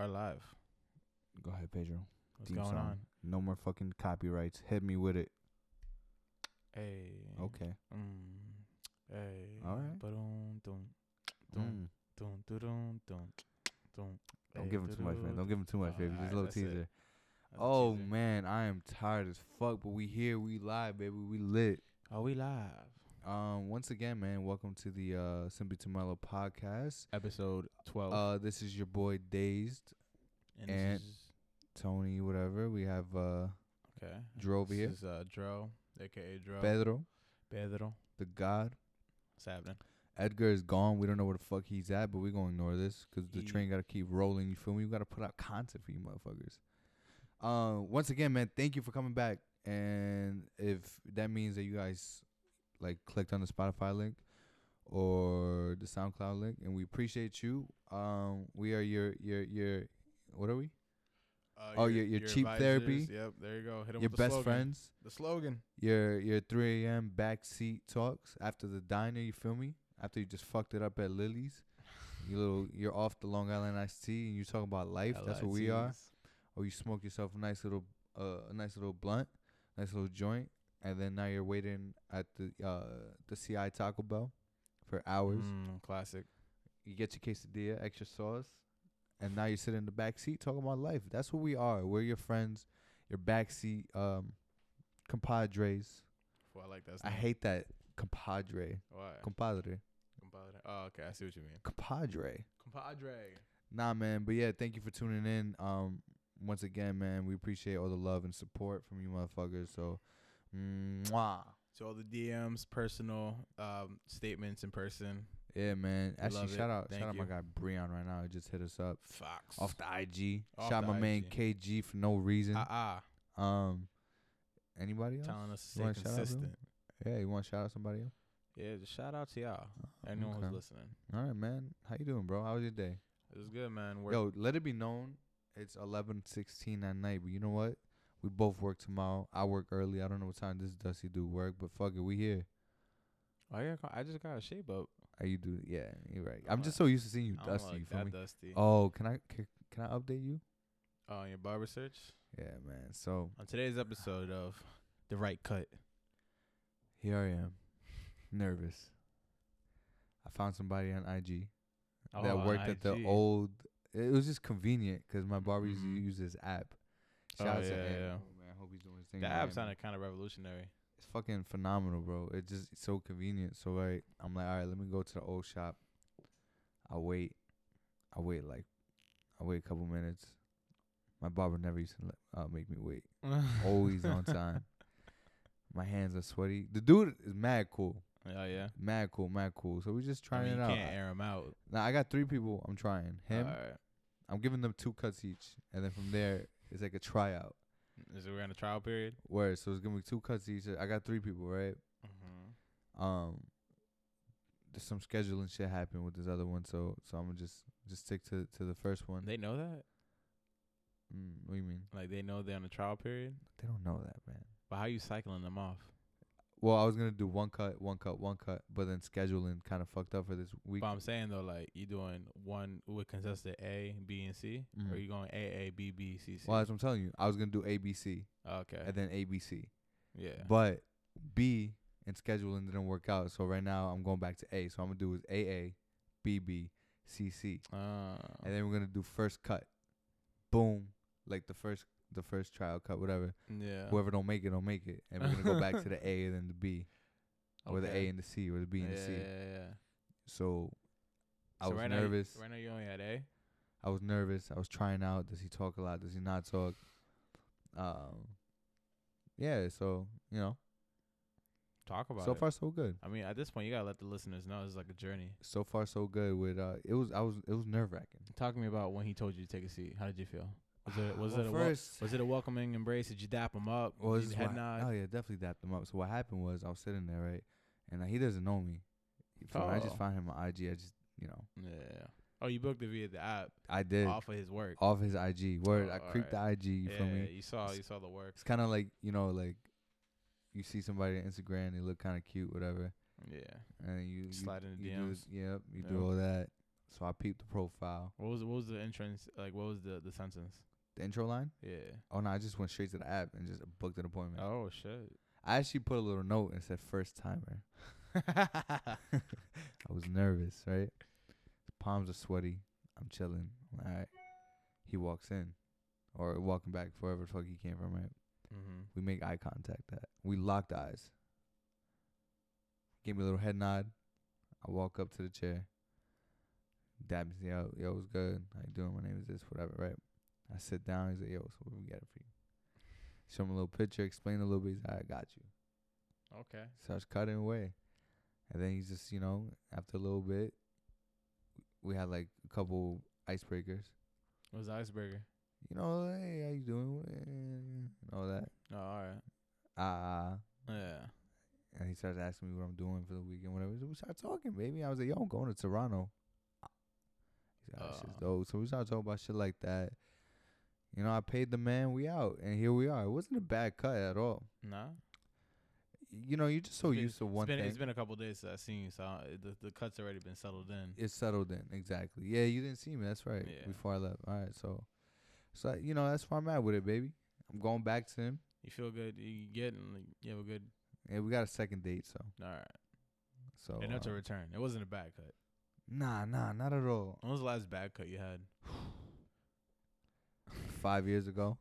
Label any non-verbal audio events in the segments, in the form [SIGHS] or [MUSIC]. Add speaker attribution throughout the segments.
Speaker 1: are live.
Speaker 2: Go ahead, Pedro.
Speaker 1: What's
Speaker 2: Theme
Speaker 1: going
Speaker 2: song.
Speaker 1: on?
Speaker 2: No more fucking copyrights. Hit me with it.
Speaker 1: Hey.
Speaker 2: Okay.
Speaker 1: Mm. Hey.
Speaker 2: Alright.
Speaker 1: Ba-dum, dum, dum,
Speaker 2: Mm.
Speaker 1: dum, dum, dum, dum.
Speaker 2: Don't
Speaker 1: Hey,
Speaker 2: give him too much, man. Don't
Speaker 1: doo-doo.
Speaker 2: give him too much, baby. Just
Speaker 1: Alright,
Speaker 2: a little
Speaker 1: that's it.
Speaker 2: teaser.
Speaker 1: That's a
Speaker 2: Oh
Speaker 1: teaser.
Speaker 2: man, I am tired as fuck, but we here, we live, baby, we lit.
Speaker 1: Are we live?
Speaker 2: Um, once again, man, welcome to the uh Simply Tomorrow podcast.
Speaker 1: Episode 12.
Speaker 2: Uh, this is your boy Dazed
Speaker 1: and this
Speaker 2: and-
Speaker 1: is-
Speaker 2: Tony, whatever. We have uh
Speaker 1: okay.
Speaker 2: Dro over
Speaker 1: this
Speaker 2: here.
Speaker 1: is uh, Dro, a.k.a. Dro.
Speaker 2: Pedro,
Speaker 1: Pedro.
Speaker 2: the God.
Speaker 1: What's happening?
Speaker 2: Edgar is gone. We don't know where the fuck he's at, but we're gonna ignore this because the
Speaker 1: He-
Speaker 2: train gotta keep rolling. You feel me? We gotta put out content for you motherfuckers. Uh, once again, man, thank you for coming back. And if that means that you guys like clicked on the Spotify link or the SoundCloud link, and we appreciate you. Um, we are your your your what are we?
Speaker 1: Uh,
Speaker 2: Oh, your- your cheap therapy.
Speaker 1: advisors. Yep, there you go. Hit 'em
Speaker 2: your
Speaker 1: with the
Speaker 2: best
Speaker 1: slogan.
Speaker 2: friends.
Speaker 1: The slogan.
Speaker 2: Your your 3 a.m. backseat talks after the diner. You feel me? After you just fucked it up at Lily's. You little, you're off the Long Island iced tea, and you talking about life. That's what we are.
Speaker 1: LITs.
Speaker 2: Or you smoke yourself a nice little, uh, a nice little blunt, nice little joint, and then now you're waiting at the uh the CI Taco Bell for hours.
Speaker 1: Mm, classic.
Speaker 2: You get your quesadilla, extra sauce, and now you sit in the back seat talking about life. That's what we are. We're your friends, your backseat um, compadres.
Speaker 1: Well, I like that.
Speaker 2: I
Speaker 1: stuff.
Speaker 2: hate that compadre,
Speaker 1: Why?
Speaker 2: compadre,
Speaker 1: Compadre. Oh, okay. I see what you mean.
Speaker 2: compadre.
Speaker 1: Compadre.
Speaker 2: Nah, man. But yeah, thank you for tuning in. Um, once again, man, we appreciate all the love and support from you motherfuckers. So, mwah.
Speaker 1: So all the DMs, personal um, statements in person.
Speaker 2: Yeah, man.
Speaker 1: We
Speaker 2: Actually,
Speaker 1: love
Speaker 2: shout
Speaker 1: it.
Speaker 2: out,
Speaker 1: Thank
Speaker 2: shout out my
Speaker 1: you.
Speaker 2: guy Breon right now. He just hit us up
Speaker 1: Fox.
Speaker 2: off the IG.
Speaker 1: Off
Speaker 2: shout out
Speaker 1: the
Speaker 2: my man
Speaker 1: IG.
Speaker 2: KG for no reason.
Speaker 1: ah ah,
Speaker 2: um, anybody else?
Speaker 1: telling us
Speaker 2: You
Speaker 1: to
Speaker 2: wanna
Speaker 1: stay
Speaker 2: shout out, bro?
Speaker 1: consistent.
Speaker 2: Yeah, you want to shout out somebody else?
Speaker 1: Yeah, just shout out to y'all. Anyone
Speaker 2: Uh, okay.
Speaker 1: who's listening,
Speaker 2: All right, man. How you doing, bro? How was your day?
Speaker 1: it was good, man. Work.
Speaker 2: Yo, let it be known it's eleven sixteen at night, but you know what? We both work tomorrow. I work early. I don't know what time this Dusty do work, but fuck it, we here.
Speaker 1: I, gotta call, Oh, I just got a shape up.
Speaker 2: Are you do? Yeah, you're right.
Speaker 1: I'm
Speaker 2: I'm
Speaker 1: not-
Speaker 2: just so used to seeing you
Speaker 1: I don't
Speaker 2: Dusty. You
Speaker 1: like
Speaker 2: feel
Speaker 1: that
Speaker 2: me?
Speaker 1: dusty. Oh,
Speaker 2: Oh, can I can, can I update you?
Speaker 1: on your barber search.
Speaker 2: Yeah, man. So
Speaker 1: On today's episode of the right cut.
Speaker 2: here I am, [LAUGHS] nervous. I found somebody on IG that
Speaker 1: Oh, on
Speaker 2: worked at the
Speaker 1: IG.
Speaker 2: old. It was just convenient because my barber used to
Speaker 1: Mhm.
Speaker 2: use this app.
Speaker 1: Oh,
Speaker 2: Shout out
Speaker 1: yeah,
Speaker 2: to Ant.
Speaker 1: yeah.
Speaker 2: Oh, man, I hope he's doing his thing.
Speaker 1: That
Speaker 2: right,
Speaker 1: app
Speaker 2: man.
Speaker 1: sounded kind of
Speaker 2: [LAUGHS]
Speaker 1: revolutionary.
Speaker 2: it's fucking phenomenal, bro. It's just it's so convenient. So like, I'm like, all right, let me go to the old shop. I wait, I wait like, I wait a couple minutes. My barber never used to let, uh, make me wait. Always on time. My hands are sweaty. The dude is mad cool,
Speaker 1: [LAUGHS] Oh yeah.
Speaker 2: mad cool, mad cool. So we just
Speaker 1: I
Speaker 2: trying
Speaker 1: mean, you
Speaker 2: it out.
Speaker 1: can't air him out.
Speaker 2: now I got three people. I'm trying him.
Speaker 1: Alright.
Speaker 2: I'm giving them two cuts each, and then from there it's like a tryout.
Speaker 1: Is it we're in a trial period?
Speaker 2: Where so it's gonna be two cuts each. I got three people, right?
Speaker 1: Mm-hmm.
Speaker 2: um there's some scheduling shit happened with this other one so so i'm gonna just just stick to to the first one
Speaker 1: They know that?
Speaker 2: mm, what do you mean
Speaker 1: Like they know they're on a trial period?
Speaker 2: they don't know that man
Speaker 1: But how you cycling them off?
Speaker 2: well i was gonna do one cut one cut one cut but then scheduling kind of fucked up for this week
Speaker 1: But I'm saying though, like you doing one with consistent A, B, and C, or
Speaker 2: Mhm.
Speaker 1: you going A, A, B, B, C, C.
Speaker 2: well that's what i'm telling you i was gonna do abc
Speaker 1: okay.
Speaker 2: and then abc
Speaker 1: yeah.
Speaker 2: but b and scheduling didn't work out so right now i'm going back to a so i'm gonna do is aa bb cc
Speaker 1: Uh,
Speaker 2: and then we're gonna do first cut boom like the first the first trial cut whatever
Speaker 1: yeah.
Speaker 2: Whoever don't make it, don't make it. And we're gonna go back to
Speaker 1: [LAUGHS]
Speaker 2: the A and then the B, or the
Speaker 1: Okay.
Speaker 2: A and the C, or the B and the
Speaker 1: yeah,
Speaker 2: C.
Speaker 1: Yeah, yeah.
Speaker 2: So I
Speaker 1: So
Speaker 2: was
Speaker 1: right
Speaker 2: nervous.
Speaker 1: Now, you- right now you only at A.
Speaker 2: I was nervous. I was trying out. Does he talk a lot? Does he not talk? Um, yeah. So you know,
Speaker 1: Talk about
Speaker 2: so
Speaker 1: it.
Speaker 2: far so good.
Speaker 1: I mean, at this point, you gotta let the listeners know it's like a journey.
Speaker 2: So far so good. With uh, it was I was it was nerve wracking.
Speaker 1: Talk to me about when he told you to take a seat. How did you feel? Was it was
Speaker 2: [SIGHS] well,
Speaker 1: it a wel-
Speaker 2: first?
Speaker 1: was it a welcoming embrace? Did you dap him up?
Speaker 2: Well,
Speaker 1: Did
Speaker 2: this
Speaker 1: you
Speaker 2: is
Speaker 1: head
Speaker 2: what-
Speaker 1: nod?
Speaker 2: oh yeah, definitely dapped him up. So what happened was I was sitting there right, and uh, he doesn't know me. So I
Speaker 1: Oh.
Speaker 2: just found him on IG. I just you know
Speaker 1: Yeah. Oh, you booked it via the app
Speaker 2: I did
Speaker 1: off of his work.
Speaker 2: off his IG. Word,
Speaker 1: Oh,
Speaker 2: I creeped
Speaker 1: alright.
Speaker 2: the IG. You
Speaker 1: yeah,
Speaker 2: feel me?
Speaker 1: you saw
Speaker 2: It's-
Speaker 1: you saw the work.
Speaker 2: It's kind of like you know, like you see somebody on Instagram, they look kind of cute, whatever,
Speaker 1: Yeah.
Speaker 2: and you you-
Speaker 1: Slide in the
Speaker 2: you do-
Speaker 1: DMs.
Speaker 2: yep, you
Speaker 1: Yep.
Speaker 2: do all that, So I peeped the profile,
Speaker 1: What was what was the entrance? Like what was the the sentence?
Speaker 2: the intro line.
Speaker 1: Yeah.
Speaker 2: Oh no, I just went straight to the app and just booked an appointment.
Speaker 1: Oh shit.
Speaker 2: I actually put a little note and said
Speaker 1: [LAUGHS]
Speaker 2: first timer. I was nervous, right? Palms are sweaty. I'm chilling. I'm like, all right. He walks in, or walking back, wherever the fuck he came from, right?
Speaker 1: Mm-hmm.
Speaker 2: We make eye contact. That we locked eyes. Gave me a little head nod. I walk up to the chair. Dabs, yo, yo, what's good? How you doing? My name is this, whatever, right? I sit down. He's like, yo, so what we got it for you? Show him a little picture. Explain a little bit. He's like, I got you.
Speaker 1: Okay.
Speaker 2: Starts cutting away, and then he's just, you know, after a little bit, we had like a couple icebreakers.
Speaker 1: What was the iceberger?
Speaker 2: You know, hey, how you doing? eh, And all that.
Speaker 1: Oh, all right.
Speaker 2: Ah.
Speaker 1: Yeah.
Speaker 2: And he starts asking me what I'm doing for the weekend, whatever. So we start talking, baby. I was like, yo, I'm going to Toronto. He's like, oh, shit's
Speaker 1: Oh.
Speaker 2: dope. So we start talking about shit like that. You know, I paid the man, we out, and here we are. It wasn't a bad cut at all.
Speaker 1: Nah.
Speaker 2: You know, you're just so
Speaker 1: It's been-
Speaker 2: used to one
Speaker 1: it's been
Speaker 2: thing.
Speaker 1: it's been a couple days since I seen you, so I, the the cut's already been settled in.
Speaker 2: It's settled in exactly. Yeah, you didn't see me. That's right.
Speaker 1: Yeah.
Speaker 2: Before I left. All right. So, so you know, that's where I'm at with it, baby. I'm going back to him,
Speaker 1: You feel good? You getting like you have a good.
Speaker 2: and we got a second date. So,
Speaker 1: All right.
Speaker 2: so
Speaker 1: and that's a
Speaker 2: uh,
Speaker 1: return. It wasn't a bad cut.
Speaker 2: nah, nah, not at all.
Speaker 1: When was the last bad cut you had?
Speaker 2: [SIGHS] Five years ago,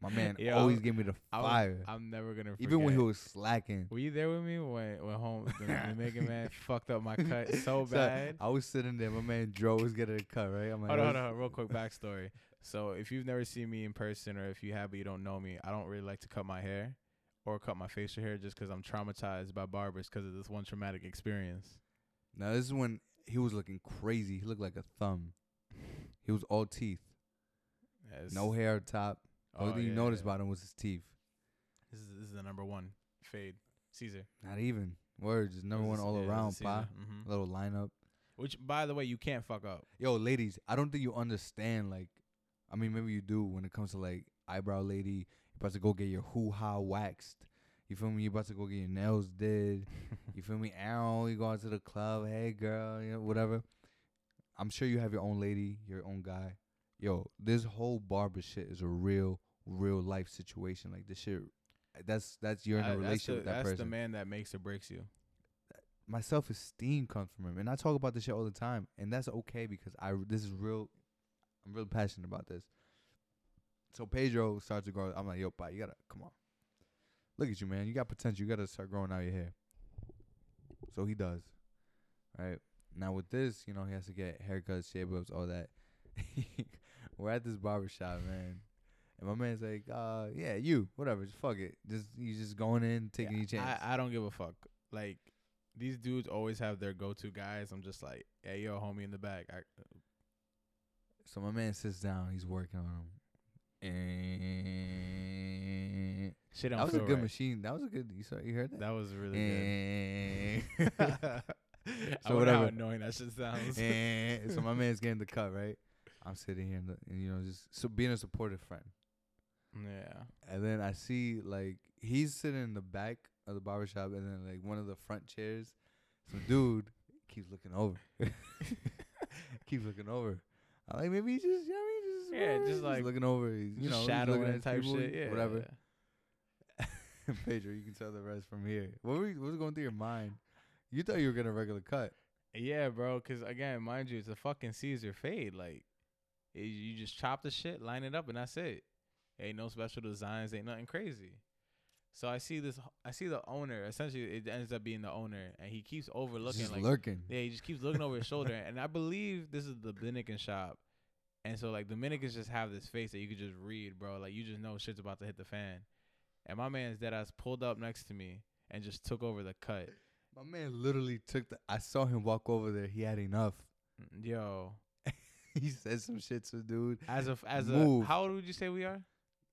Speaker 2: my man
Speaker 1: Yo,
Speaker 2: always gave me the
Speaker 1: I was-
Speaker 2: fire,
Speaker 1: I'm never gonna forget.
Speaker 2: even when he was slacking.
Speaker 1: Were you there with me when when home the
Speaker 2: [LAUGHS]
Speaker 1: Jamaican [LAUGHS] man fucked up my cut so
Speaker 2: So,
Speaker 1: bad?
Speaker 2: I was sitting there. My man Dro was getting a cut, right? I'm like,
Speaker 1: Hold on, hold
Speaker 2: "This-
Speaker 1: on, hold on, real quick backstory. So if you've never seen me in person, or if you have but you don't know me, I don't really like to cut my hair or cut my facial hair just 'cause I'm traumatized by barbers 'cause of this one traumatic experience.
Speaker 2: Now this is when he was looking crazy. He looked like a thumb. He was all teeth,
Speaker 1: Yes.
Speaker 2: no hair at top. Only thing you
Speaker 1: yeah,
Speaker 2: noticed
Speaker 1: Oh, yeah.
Speaker 2: about him was his teeth.
Speaker 1: this is this is the number one fade, Caesar.
Speaker 2: Not even. Word, just number one all around, pa.
Speaker 1: Mm-hmm.
Speaker 2: Little lineup.
Speaker 1: Which, by the way, you can't fuck up.
Speaker 2: Yo, ladies, I don't think you understand, like, I mean, maybe you do when it comes to, like, eyebrow lady. You're about to go get your hoo-ha waxed. You feel me? You're about to go get your nails did. [LAUGHS] You feel me? Ow, you go out to the club. Hey, girl, you know, whatever. I'm sure you have your own lady, your own guy. Yo, this whole barber shit is a real, real life situation. Like, this shit, that's, that's, you're in
Speaker 1: Uh,
Speaker 2: a
Speaker 1: that's
Speaker 2: relationship
Speaker 1: the-
Speaker 2: with that
Speaker 1: that's
Speaker 2: person.
Speaker 1: the man that makes or breaks you.
Speaker 2: my self esteem comes from him, and I talk about this shit all the time, and that's okay because I this is real. I'm real passionate about this. So Pedro starts to grow. I'm like, yo, bye. You gotta come on. Look at you, man. You got potential. You gotta start growing out your hair. So he does. Right now with this, you know, he has to get haircuts, shave ups, all that. [LAUGHS] We're at this barber shop, man. And my man's like, uh, yeah, you, whatever, just fuck it. Just you just going in, taking
Speaker 1: Yeah,
Speaker 2: your chance.
Speaker 1: I, I don't give a fuck. Like these dudes always have their go-to guys. I'm just like, hey, yo, homie in the back. I,
Speaker 2: So my man sits down, he's working on him. And
Speaker 1: shit, don't
Speaker 2: that was a
Speaker 1: feel
Speaker 2: good
Speaker 1: right.
Speaker 2: machine. That was a good. You saw, you heard that?
Speaker 1: That was really good. [LAUGHS]
Speaker 2: Eh.
Speaker 1: so I
Speaker 2: So
Speaker 1: wonder how
Speaker 2: whatever.
Speaker 1: annoying that shit
Speaker 2: [LAUGHS]
Speaker 1: sounds.
Speaker 2: Eh. so my man's getting the cut right. I'm sitting here and, the- and you know just so being a supportive friend.
Speaker 1: [LAUGHS] yeah.
Speaker 2: And then I see like he's sitting in the back of the barber shop, and then like one of the front chairs, some dude keeps looking over, [LAUGHS] keeps looking over. I'm like maybe he just you know what I mean, just
Speaker 1: Yeah,
Speaker 2: whatever,
Speaker 1: just
Speaker 2: he's
Speaker 1: like
Speaker 2: looking over, he's, you know he's looking at
Speaker 1: shadowing
Speaker 2: his
Speaker 1: type
Speaker 2: people,
Speaker 1: shit. Yeah.
Speaker 2: whatever. [LAUGHS] Pedro, you can tell the rest from here. What were you, what was going through your mind? You thought you were getting a regular cut.
Speaker 1: Yeah, bro. Because again, mind you, it's a fucking Caesar fade. Like, it, you just chop the shit, line it up, and that's it. Ain't no special designs. Ain't nothing crazy. So I see this. I see the owner. Essentially, it ends up being the owner, and he keeps overlooking.
Speaker 2: just
Speaker 1: like,
Speaker 2: lurking.
Speaker 1: yeah, he just keeps looking over his shoulder. And I believe this is the Dominican shop. And so like Dominicans just have this face that you could just read, bro. Like you just know shit's about to hit the fan. And my man's dead ass pulled up next to me and just took over the cut.
Speaker 2: My man literally took the. I saw him walk over there. He had enough. [LAUGHS]
Speaker 1: Mm, Yo,
Speaker 2: he said some shit to the dude.
Speaker 1: as of as a
Speaker 2: Move.
Speaker 1: how old would you say we are?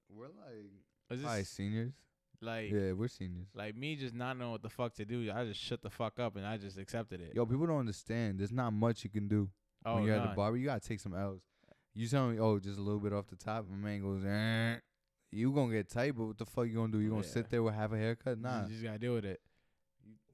Speaker 2: We're like
Speaker 1: Is this
Speaker 2: probably seniors.
Speaker 1: like
Speaker 2: Yeah, we're seniors.
Speaker 1: like me just not knowing what the fuck to do? I just shut the fuck up and I just accepted it.
Speaker 2: Yo, people don't understand. There's not much you can do
Speaker 1: oh,
Speaker 2: when you're at
Speaker 1: nah.
Speaker 2: the barber. You gotta take some L's. You tell me, oh, just a little bit off the top. My man goes, eh. you gonna get tight, but what the fuck you gonna do? You gonna
Speaker 1: Yeah.
Speaker 2: sit there with half a haircut?
Speaker 1: You
Speaker 2: Nah,
Speaker 1: just gotta deal with it.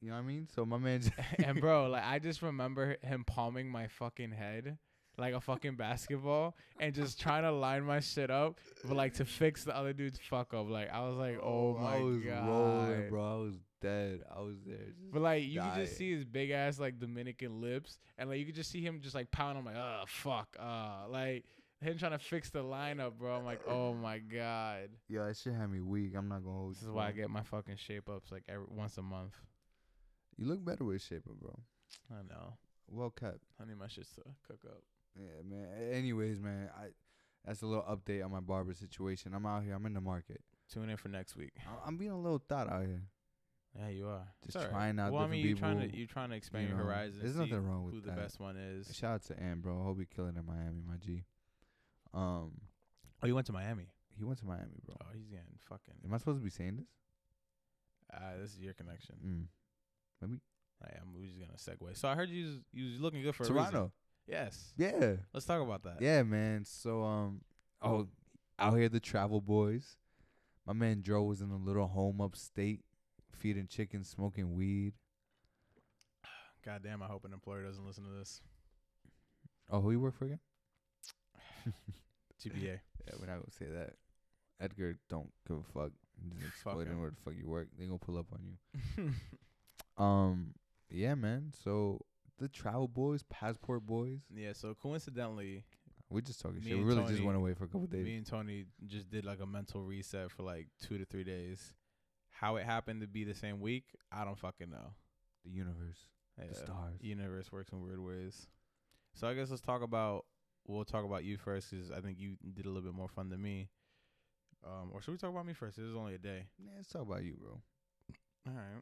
Speaker 2: You know what I mean? So my man, [LAUGHS] just,
Speaker 1: and bro, like I just remember him palming my fucking head like a fucking basketball and just trying to line my shit up, but like
Speaker 2: [LAUGHS]
Speaker 1: to fix the other dude's fuck up. Like I was like, oh, my
Speaker 2: I was
Speaker 1: god,
Speaker 2: rolling, bro. I was dead. I was there. just-
Speaker 1: But like you could just
Speaker 2: dying.
Speaker 1: see his big ass like Dominican lips, and like you could just see him just like pounding. I'm like, oh fuck, uh, like him trying to fix the lineup, bro. I'm like, oh my god.
Speaker 2: Yo, that shit had me weak. I'm not gonna hold
Speaker 1: This
Speaker 2: you.
Speaker 1: is why I
Speaker 2: bro.
Speaker 1: get my fucking shape ups like every once a month.
Speaker 2: You look better with shape, bro.
Speaker 1: I know.
Speaker 2: Well kept.
Speaker 1: I need my shit to cook up.
Speaker 2: Yeah, man. A- Anyways, man, I that's a little update on my barber situation. I'm out here. I'm in the market.
Speaker 1: Tune in for next week.
Speaker 2: I- I'm being a little thought out here.
Speaker 1: Yeah, you are.
Speaker 2: Just
Speaker 1: It's all right.
Speaker 2: trying out
Speaker 1: Well, I
Speaker 2: different
Speaker 1: mean, you're trying to
Speaker 2: people,
Speaker 1: you're trying to expand
Speaker 2: know,
Speaker 1: your horizons.
Speaker 2: there's
Speaker 1: see
Speaker 2: nothing wrong with
Speaker 1: who the
Speaker 2: that.
Speaker 1: best one is.
Speaker 2: Shout out to Am, bro. Hope we killing in Miami, my G. Um,
Speaker 1: Oh, you went to Miami.
Speaker 2: he went to Miami, bro.
Speaker 1: Oh, he's getting fucking.
Speaker 2: Am I supposed to be saying this?
Speaker 1: Ah, this is your connection.
Speaker 2: Mm.
Speaker 1: I am. We're just gonna segue. So I heard you was, you was looking good for a reason.
Speaker 2: Toronto.
Speaker 1: Yes.
Speaker 2: Yeah.
Speaker 1: Let's talk about that.
Speaker 2: Yeah, man. So um, Uh, oh, out here the travel boys. My man Joe was in a little home upstate, feeding chickens, smoking weed.
Speaker 1: God damn, I hope an employer doesn't listen to
Speaker 2: [LAUGHS]
Speaker 1: this.
Speaker 2: Oh, who you work for again?
Speaker 1: TBA.
Speaker 2: Yeah, we're not gonna say that. Edgar don't give a fuck. He Just
Speaker 1: Fuck
Speaker 2: exploiting
Speaker 1: him.
Speaker 2: where the fuck you work. They gonna pull up on you. Um, yeah, man. So the travel boys, passport boys.
Speaker 1: yeah. So coincidentally,
Speaker 2: We're just talking
Speaker 1: Me
Speaker 2: shit. We
Speaker 1: and
Speaker 2: really just
Speaker 1: Tony-
Speaker 2: went away for a couple days.
Speaker 1: me and Tony just did like a mental reset for like two to three days. How it happened to be the same week, I don't fucking know.
Speaker 2: the universe.
Speaker 1: Yeah,
Speaker 2: stars.
Speaker 1: Universe works in weird ways. So I guess let's talk about. We'll talk about you first 'cause I think you did a little bit more fun than me. Um, or should we talk about me first? It was only a day.
Speaker 2: Man, let's talk about you, bro.
Speaker 1: All right.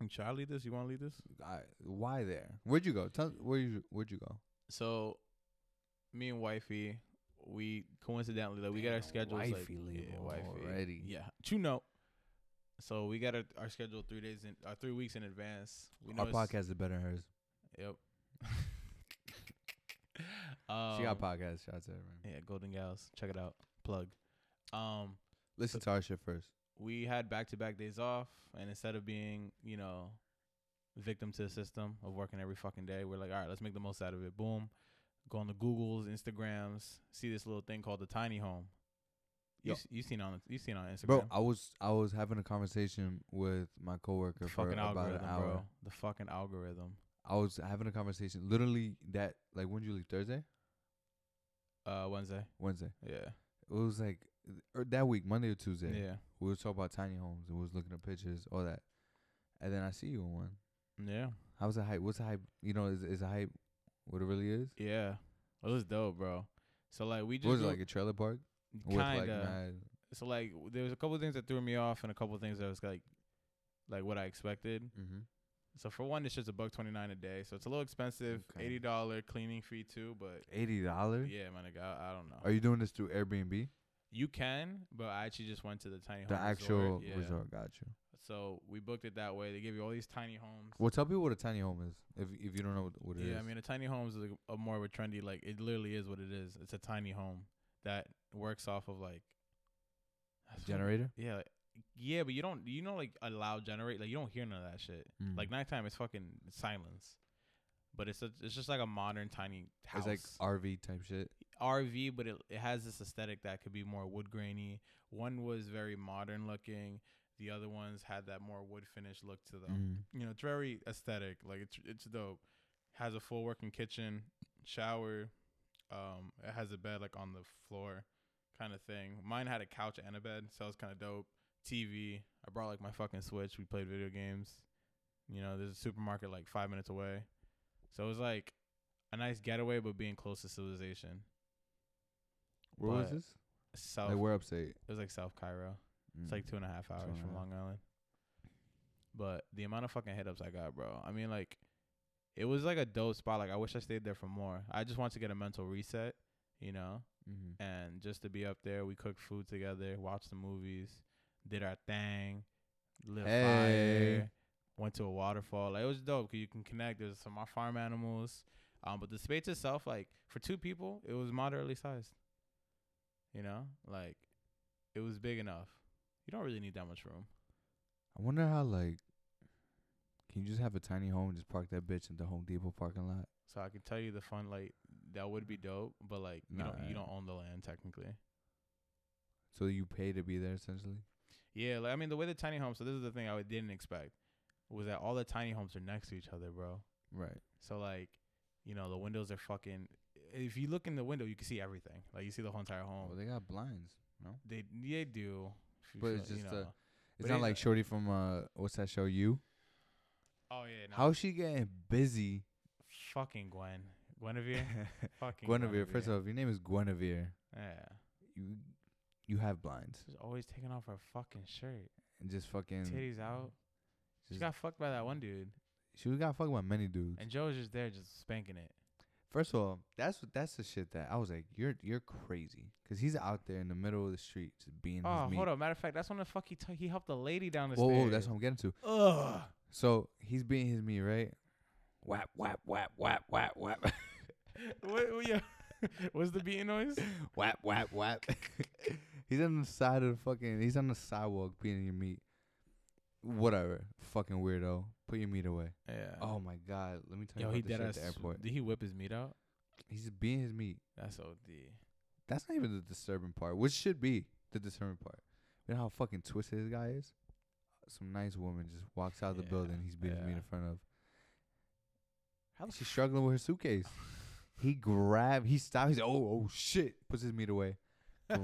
Speaker 1: And Should I lead this? You want to lead this?
Speaker 2: I, why there? Where'd you go? Tell where you where'd you go?
Speaker 1: So, me and wifey, we coincidentally like we got our
Speaker 2: Damn,
Speaker 1: schedules
Speaker 2: wifey
Speaker 1: like yeah,
Speaker 2: label
Speaker 1: wifey.
Speaker 2: already.
Speaker 1: Yeah, you know. So we got our, our schedule three days in, uh, three weeks in advance. We
Speaker 2: Our
Speaker 1: it's-
Speaker 2: podcast is better than hers. [LAUGHS]
Speaker 1: Yep. [LAUGHS] um,
Speaker 2: she got podcast. Shout out to everyone.
Speaker 1: Yeah, Golden Gals, check it out. Plug. Um,
Speaker 2: Listen to our shit first.
Speaker 1: we had back to back days off, and instead of being, you know, victim to the system of working every fucking day, we're like, all right, let's make the most out of it. Boom. Go on the Googles, Instagrams, see this little thing called the tiny home. You
Speaker 2: Yo.
Speaker 1: s- you seen on you seen on Instagram?
Speaker 2: Bro, I was I was having a conversation with my coworker
Speaker 1: the
Speaker 2: for
Speaker 1: fucking
Speaker 2: about an
Speaker 1: algorithm,
Speaker 2: hour.
Speaker 1: bro. The fucking algorithm.
Speaker 2: I was having a conversation literally that like when did you leave Thursday,
Speaker 1: Uh, Wednesday.
Speaker 2: Wednesday.
Speaker 1: Yeah.
Speaker 2: It was like or that week, Monday or Tuesday.
Speaker 1: Yeah.
Speaker 2: We were talking about tiny homes and we was looking at pictures, all that. And then I see you in one.
Speaker 1: Yeah.
Speaker 2: How's the hype? What's the hype? You know, is is the hype what it really is?
Speaker 1: Yeah. It was dope, bro. So like we just
Speaker 2: What was it
Speaker 1: do-
Speaker 2: like a trailer park? With like
Speaker 1: kinda.
Speaker 2: mad,
Speaker 1: so like w- there was a couple things that threw me off and a couple things that was like like what I expected.
Speaker 2: mm-hmm.
Speaker 1: So for one, it's just a buck twenty nine a day, so it's a little expensive.
Speaker 2: Okay.
Speaker 1: Eighty dollar cleaning fee too, but
Speaker 2: eighty dollars.
Speaker 1: yeah, my nigga, I, I don't know.
Speaker 2: Are you doing this through Airbnb?
Speaker 1: you can, but I actually just went to the tiny
Speaker 2: The
Speaker 1: home
Speaker 2: actual
Speaker 1: resort. Yeah.
Speaker 2: resort got you.
Speaker 1: So we booked it that way. They give you all these tiny homes.
Speaker 2: Well, tell people what a tiny home is if if you don't know what, what it is.
Speaker 1: yeah, I mean a tiny home is like a more of a trendy like it literally is what it is. It's a tiny home that works off of like
Speaker 2: generator.
Speaker 1: Yeah, like- yeah, but you don't you know like allow generate like you don't hear none of that shit.
Speaker 2: Mm.
Speaker 1: Like nighttime, it's fucking silence. But it's a, it's just like a modern tiny house.
Speaker 2: it's like RV type shit.
Speaker 1: RV, but it, it has this aesthetic that could be more wood grainy. One was very modern looking. The other ones had that more wood finish look to them.
Speaker 2: Mm-hmm.
Speaker 1: You know, it's very aesthetic. Like it's it's dope. Has a full working kitchen, shower. Um, it has a bed like on the floor, kind of thing. Mine had a couch and a bed, so it was kind of dope. TV. I brought like my fucking Switch. We played video games. You know, there's a supermarket like five minutes away, so it was like a nice getaway, but being close to civilization.
Speaker 2: Where was
Speaker 1: But-
Speaker 2: this?
Speaker 1: South.
Speaker 2: like we're upstate.
Speaker 1: it was like South Cairo.
Speaker 2: Mm.
Speaker 1: It's like two and a half hours
Speaker 2: and a
Speaker 1: from
Speaker 2: half.
Speaker 1: Long Island. But the amount of fucking hit ups I got, bro. I mean, like, it was like a dope spot. Like, I wish I stayed there for more. I just want to get a mental reset, you know,
Speaker 2: Mm-hmm.
Speaker 1: and just to be up there. We cooked food together, watched the movies, did our thing, lit a
Speaker 2: Hey.
Speaker 1: fire, went to a waterfall. Like, it was dope 'cause you can connect. There's some more farm animals. Um, but the space itself, like, for two people, it was moderately sized. You know, like, it was big enough. You don't really need that much room.
Speaker 2: I wonder how like Can you just have a tiny home and just park that bitch in the Home Depot parking lot?
Speaker 1: So I can tell you the fun like that would be dope, but like you don't
Speaker 2: Nah.
Speaker 1: you don't own the land technically.
Speaker 2: So you pay to be there essentially.
Speaker 1: Yeah, like I mean the way the tiny homes. So this is the thing I didn't expect was that all the tiny homes are next to each other, bro.
Speaker 2: Right.
Speaker 1: So like, you know, the windows are fucking. If you look in the window, you can see everything. Like you see the whole entire
Speaker 2: Oh,
Speaker 1: home.
Speaker 2: they got blinds. No.
Speaker 1: They they do. if you
Speaker 2: But
Speaker 1: feel-
Speaker 2: it's
Speaker 1: you
Speaker 2: just, uh,
Speaker 1: know. But
Speaker 2: It's not
Speaker 1: it-
Speaker 2: like Shorty from uh, what's that show? You.
Speaker 1: Oh yeah. No.
Speaker 2: How's she getting busy?
Speaker 1: fucking Gwen
Speaker 2: [LAUGHS]
Speaker 1: Guinevere? fucking
Speaker 2: Guinevere. First off, your name is Guinevere.
Speaker 1: Yeah.
Speaker 2: You, you have blinds
Speaker 1: She's always taking off her fucking shirt.
Speaker 2: and just fucking.
Speaker 1: Titties out. She
Speaker 2: Just- Mm.
Speaker 1: got fucked by that one dude,
Speaker 2: She got fucked by many dudes.
Speaker 1: and Joe was just there, just spanking it.
Speaker 2: First of all, that's what that's the shit that I was like, you're you're crazy, cause he's out there in the middle of the street just being.
Speaker 1: Oh,
Speaker 2: his meat.
Speaker 1: hold up. Matter of fact, that's when the fuck he t- he helped the lady down the
Speaker 2: Whoa,
Speaker 1: stairs.
Speaker 2: whoa, that's what I'm getting to.
Speaker 1: Ugh.
Speaker 2: So he's beating his meat, right? Whap, whap, whap, whap, whap, whap,
Speaker 1: what, what, yeah. [LAUGHS] What's the beating [LAUGHS] noise?
Speaker 2: whap, whap, whap. [LAUGHS] he's on the side of the fucking. He's on the sidewalk beating your meat. Whatever, fucking weirdo. Put your meat away.
Speaker 1: Yeah.
Speaker 2: Oh my god, let me tell
Speaker 1: Uh, Yo,
Speaker 2: you
Speaker 1: he
Speaker 2: about this
Speaker 1: dead
Speaker 2: shit at
Speaker 1: ass.
Speaker 2: the airport.
Speaker 1: Did he whip his meat out?
Speaker 2: He's beating his meat.
Speaker 1: That's OD.
Speaker 2: That's not even the disturbing part, which should be the disturbing part. You know how fucking twisted this guy is? Some nice woman just walks out of the
Speaker 1: Yeah,
Speaker 2: building he's beating me
Speaker 1: yeah. Oh.
Speaker 2: in front of.
Speaker 1: How the [LAUGHS]
Speaker 2: She's struggling with her suitcase. he grab he stops, he's oh oh shit, puts his meat away,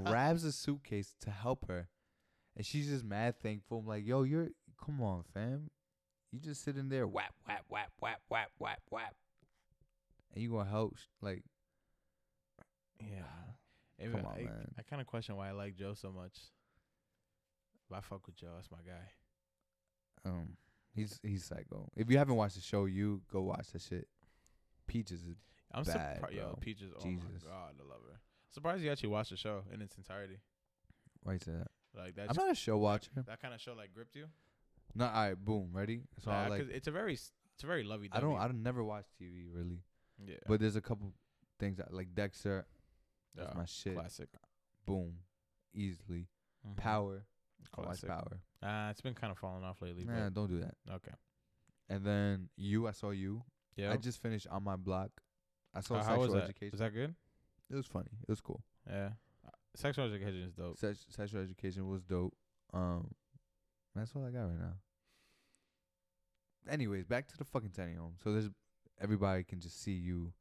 Speaker 2: grabs the suitcase to help her. And she's just mad thankful. I'm like, yo, you're come on, fam. You just sitting there whap, whap, whap, whap, whap, whap, whap. And you gonna help sh- like
Speaker 1: Yeah. Even-
Speaker 2: come on,
Speaker 1: I,
Speaker 2: man.
Speaker 1: I kind of question why I like Joe so much. But I fuck with Joe. That's my guy.
Speaker 2: Um, he's he's psycho. If you haven't watched the show, you go watch that shit. Peaches is
Speaker 1: I'm
Speaker 2: Bad,
Speaker 1: surprised. Yo,
Speaker 2: bro.
Speaker 1: Peaches. Oh
Speaker 2: Jesus.
Speaker 1: my god, I love her. Surprised you actually watched the show in its entirety.
Speaker 2: right to that.
Speaker 1: Like that.
Speaker 2: I'm not a show watcher.
Speaker 1: [LAUGHS] that kind of show like gripped you.
Speaker 2: No, all right, boom, ready. So
Speaker 1: Nah,
Speaker 2: I
Speaker 1: 'cause
Speaker 2: like.
Speaker 1: it's a very s- it's a very lovey.
Speaker 2: I don't. I don't never watch TV really,
Speaker 1: yeah.
Speaker 2: but there's a couple things I, like Dexter. That's
Speaker 1: Yeah,
Speaker 2: my shit.
Speaker 1: classic.
Speaker 2: Boom, easily.
Speaker 1: Mhm.
Speaker 2: Power.
Speaker 1: Classic.
Speaker 2: I watch Power.
Speaker 1: Uh, it's been kind of falling off lately.
Speaker 2: Nah,
Speaker 1: But
Speaker 2: don't do that.
Speaker 1: Okay.
Speaker 2: And then you, I saw you.
Speaker 1: yeah.
Speaker 2: I just finished on my block. I saw
Speaker 1: how, how was
Speaker 2: sexual
Speaker 1: that?
Speaker 2: education.
Speaker 1: Was that good?
Speaker 2: It was funny. It was cool.
Speaker 1: Yeah. Uh, Sexual education is dope.
Speaker 2: Sex, sexual education was dope. Um, that's all I got right now. Anyways, back to the fucking tiny home. So there's everybody can just see you.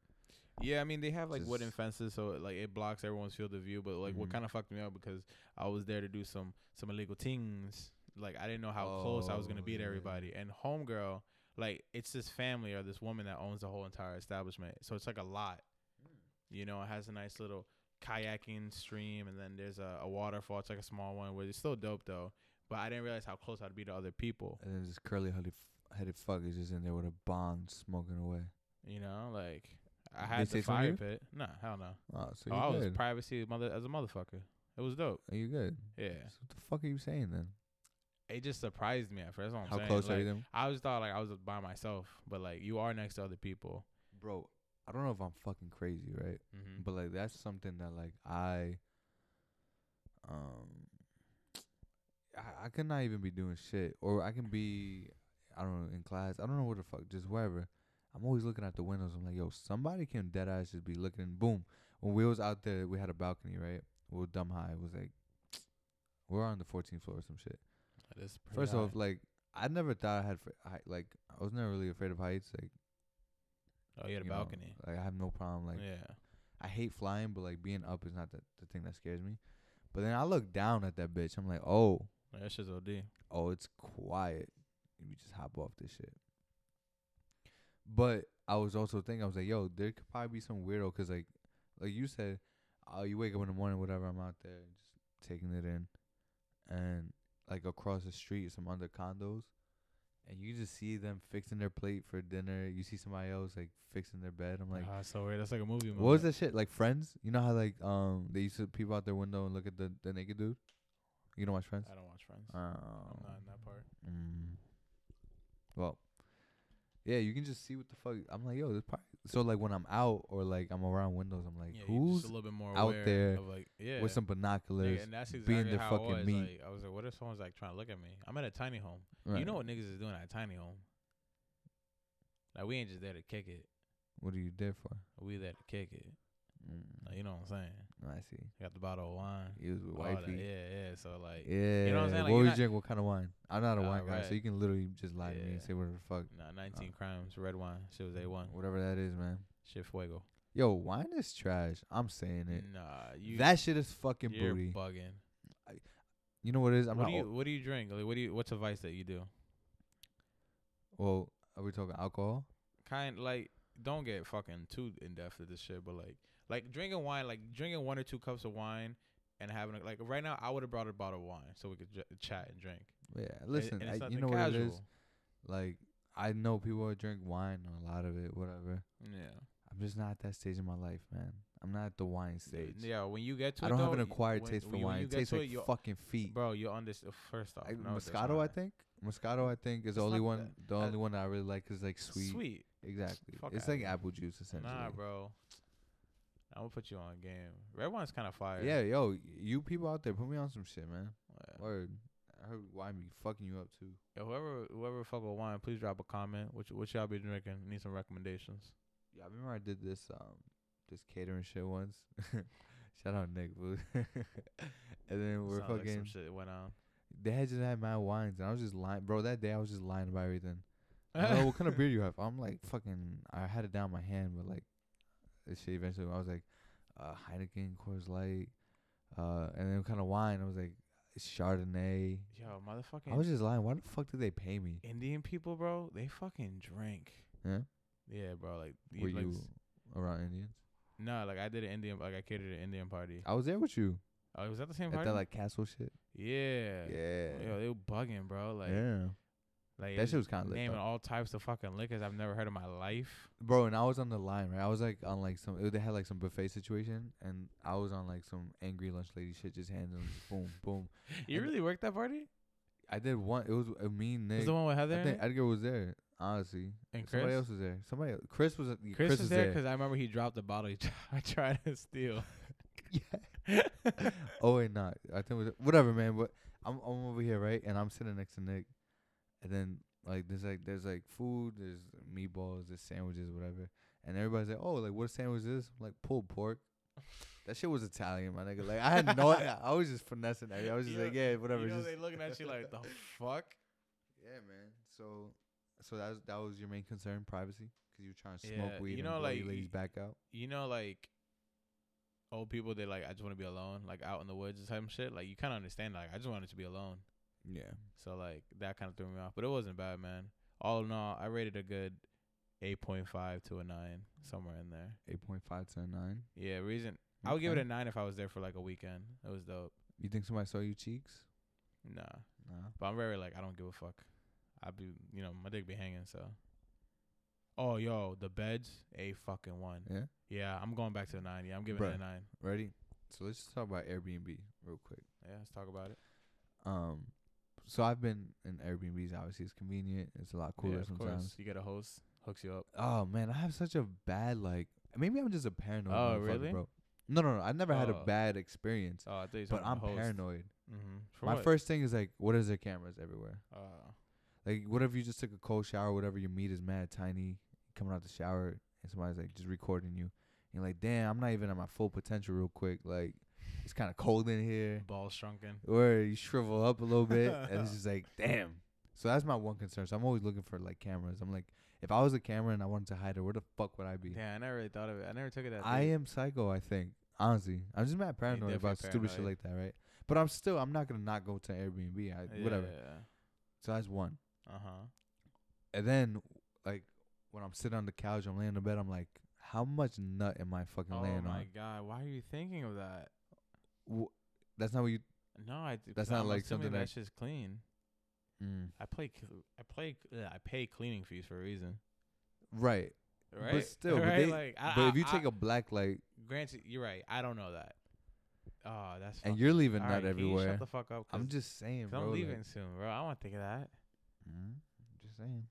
Speaker 1: Yeah, I mean they have like wooden
Speaker 2: Just-
Speaker 1: fences, so it, like it blocks everyone's field of view. But like, what
Speaker 2: Mhm.
Speaker 1: kind of fucked me up because I was there to do some some illegal things. Like I didn't know how close I was gonna
Speaker 2: Oh,
Speaker 1: be to
Speaker 2: yeah.
Speaker 1: everybody. And homegirl, like it's this family or this woman that owns the whole entire establishment, so it's like a lot.
Speaker 2: Hmm.
Speaker 1: You know, it has a nice little kayaking stream, and then there's a, a waterfall. It's like a small one, which is still dope though. But I didn't realize how close I'd be to other people.
Speaker 2: And then this curly headed headed fuck is just in there with a bong smoking away.
Speaker 1: You know, like I
Speaker 2: They
Speaker 1: had the
Speaker 2: say something to
Speaker 1: fire
Speaker 2: you?
Speaker 1: pit. Nah, hell no.
Speaker 2: Oh, so
Speaker 1: Oh,
Speaker 2: you're
Speaker 1: I was
Speaker 2: good.
Speaker 1: privacy mother as a motherfucker. It was dope.
Speaker 2: Are you good?
Speaker 1: Yeah.
Speaker 2: So what the fuck are you saying then?
Speaker 1: It just surprised me at first. That's what I'm
Speaker 2: How
Speaker 1: saying.
Speaker 2: close
Speaker 1: like,
Speaker 2: are you then?
Speaker 1: I always thought like I was by myself, but like you are next to other people.
Speaker 2: Bro, I don't know if I'm fucking crazy, right?
Speaker 1: Mm-hmm.
Speaker 2: But like that's something that like I um I, I could not even be doing shit. Or I can be I don't know, in class. I don't know where the fuck, just wherever. I'm always looking out the windows. I'm like, yo, somebody can dead eyes just be looking boom. When we was out there we had a balcony, right? We were dumb high. It was like we we're on the fourteenth floor or some shit. First off, like I never thought I had fr- I, like I was never really afraid of heights. Like
Speaker 1: oh, you had a
Speaker 2: you know,
Speaker 1: balcony.
Speaker 2: like I have no problem like
Speaker 1: yeah.
Speaker 2: I hate flying, but like being up is not the, the thing that scares me. But then I look down at that bitch. I'm like, oh,
Speaker 1: Like, that shit's OD.
Speaker 2: oh, it's quiet. And we just hop off this shit. But I was also thinking, I was like, yo, there could probably be some weirdo 'cause like, like you said, oh, you wake up in the morning, whatever. I'm out there just taking it in, and like across the street, some other condos, and you just see them fixing their plate for dinner. You see somebody else like fixing their bed. I'm like.
Speaker 1: Like, ah, so weird. That's like a movie. Moment.
Speaker 2: What was that shit? Like Friends? You know how like um they used to peep out their window and look at the, the naked dude. You don't watch Friends?
Speaker 1: I don't watch Friends.
Speaker 2: Um,
Speaker 1: I'm not in that part.
Speaker 2: mm. Well, yeah, you can just see what the fuck. I'm like, yo, this part. So like when I'm out or like I'm around windows, I'm like,
Speaker 1: yeah, you're
Speaker 2: who's
Speaker 1: just a little bit more
Speaker 2: out
Speaker 1: aware
Speaker 2: there
Speaker 1: of like yeah
Speaker 2: with some
Speaker 1: Nigga,
Speaker 2: binoculars?
Speaker 1: and that's exactly
Speaker 2: being their
Speaker 1: how
Speaker 2: fucking
Speaker 1: it was.
Speaker 2: meat?
Speaker 1: Like, I was like, what if someone's like trying to look at me? I'm at a tiny home. You
Speaker 2: Right.
Speaker 1: know what niggas is doing at a tiny home? Like we ain't just there to kick it.
Speaker 2: What are you there for?
Speaker 1: We there to kick it.
Speaker 2: Mm.
Speaker 1: Like, you know what I'm saying?
Speaker 2: I see.
Speaker 1: Got the bottle of wine.
Speaker 2: He was with
Speaker 1: all that.
Speaker 2: wifey.
Speaker 1: Yeah, yeah. So like,
Speaker 2: Yeah.
Speaker 1: You know what I'm saying? Like,
Speaker 2: what
Speaker 1: you're
Speaker 2: would you
Speaker 1: not-
Speaker 2: drink? What kind of wine? I'm not a
Speaker 1: Ah,
Speaker 2: wine guy,
Speaker 1: right.
Speaker 2: so you can literally just lie to me and
Speaker 1: Yeah.
Speaker 2: say whatever the fuck,
Speaker 1: nah,
Speaker 2: Uh.
Speaker 1: 19 crimes, red wine. Shit was a one.
Speaker 2: whatever that is, man.
Speaker 1: Shit fuego.
Speaker 2: Yo, wine is trash. I'm saying it.
Speaker 1: Nah, you.
Speaker 2: that shit is fucking
Speaker 1: you're
Speaker 2: booty.
Speaker 1: bugging.
Speaker 2: you know what it is? I'm
Speaker 1: what
Speaker 2: not.
Speaker 1: do you What do you drink? Like, what do you? What's a vice that you do?
Speaker 2: well, are we talking alcohol?
Speaker 1: Kind like, don't get fucking too in depth with this shit. But like, like drinking wine, like drinking one or two cups of wine, and having a, like right now, I would have brought a bottle of wine so we could j- chat and drink.
Speaker 2: Yeah.
Speaker 1: And-
Speaker 2: Listen,
Speaker 1: and
Speaker 2: I-
Speaker 1: it's nothing
Speaker 2: you know what it is?
Speaker 1: casual.
Speaker 2: Like, I know people that drink wine, a lot of it, whatever.
Speaker 1: Yeah.
Speaker 2: I'm just not at that stage in my life, man. I'm not at the wine stage.
Speaker 1: Yeah. When you get to,
Speaker 2: I
Speaker 1: it,
Speaker 2: don't have
Speaker 1: though,
Speaker 2: an
Speaker 1: y-
Speaker 2: acquired
Speaker 1: when-
Speaker 2: taste for
Speaker 1: when you
Speaker 2: wine. It
Speaker 1: get
Speaker 2: tastes
Speaker 1: to
Speaker 2: like
Speaker 1: you're-
Speaker 2: fucking feet.
Speaker 1: Bro, you're understand. First off,
Speaker 2: I,
Speaker 1: no, it does
Speaker 2: Moscato, I
Speaker 1: not.
Speaker 2: think. Moscato, I think is the
Speaker 1: It's
Speaker 2: only
Speaker 1: not
Speaker 2: one.
Speaker 1: that-
Speaker 2: The
Speaker 1: I-
Speaker 2: only one that I really like is like sweet.
Speaker 1: Sweet.
Speaker 2: Exactly.
Speaker 1: Fuck
Speaker 2: it's
Speaker 1: outta
Speaker 2: like
Speaker 1: here.
Speaker 2: apple juice essentially.
Speaker 1: Nah, bro. I'm gonna put you on game. Red wine's kind of fire.
Speaker 2: Yeah, yo, you people out there, put me on some shit, man.
Speaker 1: Yeah.
Speaker 2: Word. I heard wine be fucking you up too.
Speaker 1: Yo, whoever whoever fuck with wine, please drop a comment. What y- what y'all be drinking? Need some recommendations.
Speaker 2: Yeah, I remember I did this um this catering shit once. [LAUGHS] Shout out Nick, boo. [LAUGHS] and then we're
Speaker 1: Sounds like
Speaker 2: fucking.
Speaker 1: some shit went on.
Speaker 2: they had just had my wines, and I was just lying, bro. That day I was just lying
Speaker 1: [LAUGHS]
Speaker 2: about everything. oh, what kind of beer do you have? I'm like fucking. I had it down my hand, but like, this shit eventually. I was like, uh, Heineken, Coors Light, uh, and then what kind of wine? I was like, Chardonnay.
Speaker 1: Yo, motherfucking
Speaker 2: I was just lying. Why the fuck did they pay me?
Speaker 1: Indian people, bro. They fucking drink.
Speaker 2: Yeah.
Speaker 1: Yeah, bro. Like,
Speaker 2: Were
Speaker 1: like
Speaker 2: you around Indians?
Speaker 1: No, like I did an Indian. Like I catered an Indian party.
Speaker 2: I was there with you
Speaker 1: Oh, was that the same
Speaker 2: at
Speaker 1: party?
Speaker 2: that like castle shit.
Speaker 1: yeah. Yo,
Speaker 2: Yeah.
Speaker 1: they were bugging, bro. Like,
Speaker 2: yeah.
Speaker 1: like
Speaker 2: That
Speaker 1: it
Speaker 2: shit
Speaker 1: was
Speaker 2: was kind of lit,
Speaker 1: naming
Speaker 2: though.
Speaker 1: all types of fucking liquors I've never heard in my life.
Speaker 2: bro. And I was on the line, right? I was like on like some. uh, They had like some buffet situation, and I was on like some angry lunch lady shit, just hands on boom, boom.
Speaker 1: [LAUGHS] You
Speaker 2: And-
Speaker 1: really worked that party?
Speaker 2: I did one. It was a mean
Speaker 1: Was
Speaker 2: Nick.
Speaker 1: the one with Heather
Speaker 2: I
Speaker 1: in
Speaker 2: think
Speaker 1: it?
Speaker 2: Edgar was there. Honestly,
Speaker 1: and Chris?
Speaker 2: somebody else was there. Somebody else. Chris was. Chris,
Speaker 1: Chris,
Speaker 2: Chris
Speaker 1: is
Speaker 2: was
Speaker 1: there
Speaker 2: there.
Speaker 1: because I remember he dropped the bottle. [LAUGHS] He tr- I tried to
Speaker 2: [LAUGHS]
Speaker 1: steal.
Speaker 2: oh wait, not. I think it was whatever, man. But I'm I'm over here, right? And I'm sitting next to Nick, and then like there's like there's like food, there's meatballs, there's sandwiches, whatever. And everybody's like, oh, like what sandwich is this? I'm like pulled pork. That shit was Italian, my nigga. Like I
Speaker 1: [LAUGHS]
Speaker 2: had no, I was just finessing. That. I was just
Speaker 1: You know-
Speaker 2: like, yeah, whatever.
Speaker 1: you know
Speaker 2: just-
Speaker 1: they looking at you
Speaker 2: [LAUGHS]
Speaker 1: like the fuck.
Speaker 2: yeah, man. So, so that was, that was your main concern, privacy, because you were trying to smoke
Speaker 1: Yeah,
Speaker 2: weed
Speaker 1: you
Speaker 2: and
Speaker 1: know,
Speaker 2: blow your
Speaker 1: like,
Speaker 2: ladies
Speaker 1: y-
Speaker 2: back out.
Speaker 1: You know, like old people. They like I just want to be alone, like out in the woods and type of shit. Like you kind of understand. Like I just wanted to be alone.
Speaker 2: Yeah,
Speaker 1: So like that kind of threw me off, but it wasn't bad, man. All in all, I rated a good eight point five to a nine somewhere in there.
Speaker 2: eight point five to a nine.
Speaker 1: Yeah, reason I would give it
Speaker 2: Okay.
Speaker 1: a nine if I was there for like a weekend. It was dope.
Speaker 2: You think somebody saw you cheeks?
Speaker 1: Nah,
Speaker 2: Nah.
Speaker 1: but I'm very like I don't give a fuck. I be you know my dick be hanging so. Oh yo, the beds a fucking one.
Speaker 2: Yeah.
Speaker 1: Yeah, I'm going back to a nine. Yeah, I'm giving it
Speaker 2: Bruh.
Speaker 1: a nine.
Speaker 2: Ready? So let's just talk about Airbnb real quick.
Speaker 1: Yeah, let's talk about it.
Speaker 2: Um, so I've been in Airbnbs. Obviously, it's convenient. It's a lot cooler
Speaker 1: yeah, of course.
Speaker 2: sometimes.
Speaker 1: You get a host, hooks you up.
Speaker 2: Oh man, I have such a bad like. Maybe I'm just a paranoid.
Speaker 1: Oh,
Speaker 2: motherfucker,
Speaker 1: really?
Speaker 2: Bro. No, no, no. I never had a
Speaker 1: Oh.
Speaker 2: bad experience,
Speaker 1: Oh, I thought you
Speaker 2: but I'm paranoid.
Speaker 1: Mm-hmm.
Speaker 2: My first thing is like, what is there cameras everywhere?
Speaker 1: Uh,
Speaker 2: Like, what if you just took a cold shower, whatever your meat is mad tiny, coming out the shower, and somebody's like just recording you. And you're like, damn, I'm not even at my full potential real quick. Like, it's kind of cold in here.
Speaker 1: balls shrunken.
Speaker 2: Or you shrivel up a little bit, and it's just like, damn. So that's my one concern. So I'm always looking for like cameras. I'm like, if I was a camera and I wanted to hide it, where the fuck would I be?
Speaker 1: Yeah, I never really thought of it. I never took it that.
Speaker 2: I
Speaker 1: deep.
Speaker 2: am psycho, I think. Honestly, I'm just mad paranoid
Speaker 1: definitely
Speaker 2: about stupid shit
Speaker 1: paranoid.
Speaker 2: like that, right? But I'm still, I'm not gonna not go to Airbnb, I, whatever. So that's one.
Speaker 1: Uh huh.
Speaker 2: And then, like, when I'm sitting on the couch, I'm laying on the bed, I'm like, how much nut am I fucking
Speaker 1: Oh
Speaker 2: laying
Speaker 1: my
Speaker 2: on?
Speaker 1: god, why are you thinking of that?
Speaker 2: Wh- that's not what you.
Speaker 1: No, I. d-
Speaker 2: That's
Speaker 1: 'cause
Speaker 2: not
Speaker 1: I'm
Speaker 2: like
Speaker 1: assuming
Speaker 2: something
Speaker 1: that's just clean.
Speaker 2: Mm.
Speaker 1: I play. cl- I play. Ugh, I pay cleaning fees for a reason.
Speaker 2: Right.
Speaker 1: Right. [LAUGHS]
Speaker 2: still, but
Speaker 1: right?
Speaker 2: they-
Speaker 1: like, I,
Speaker 2: but
Speaker 1: I,
Speaker 2: if you take
Speaker 1: I,
Speaker 2: a black light
Speaker 1: granted, you're right. I don't know that. Oh, that's.
Speaker 2: and
Speaker 1: fucking-
Speaker 2: you're leaving
Speaker 1: All
Speaker 2: nut
Speaker 1: right, can you
Speaker 2: everywhere,
Speaker 1: Shut the fuck up.
Speaker 2: I'm
Speaker 1: 'cause-
Speaker 2: just saying,
Speaker 1: 'cause
Speaker 2: bro.
Speaker 1: I'm
Speaker 2: like-
Speaker 1: leaving soon, bro. I want to think of that.
Speaker 2: Mm, I'm just saying.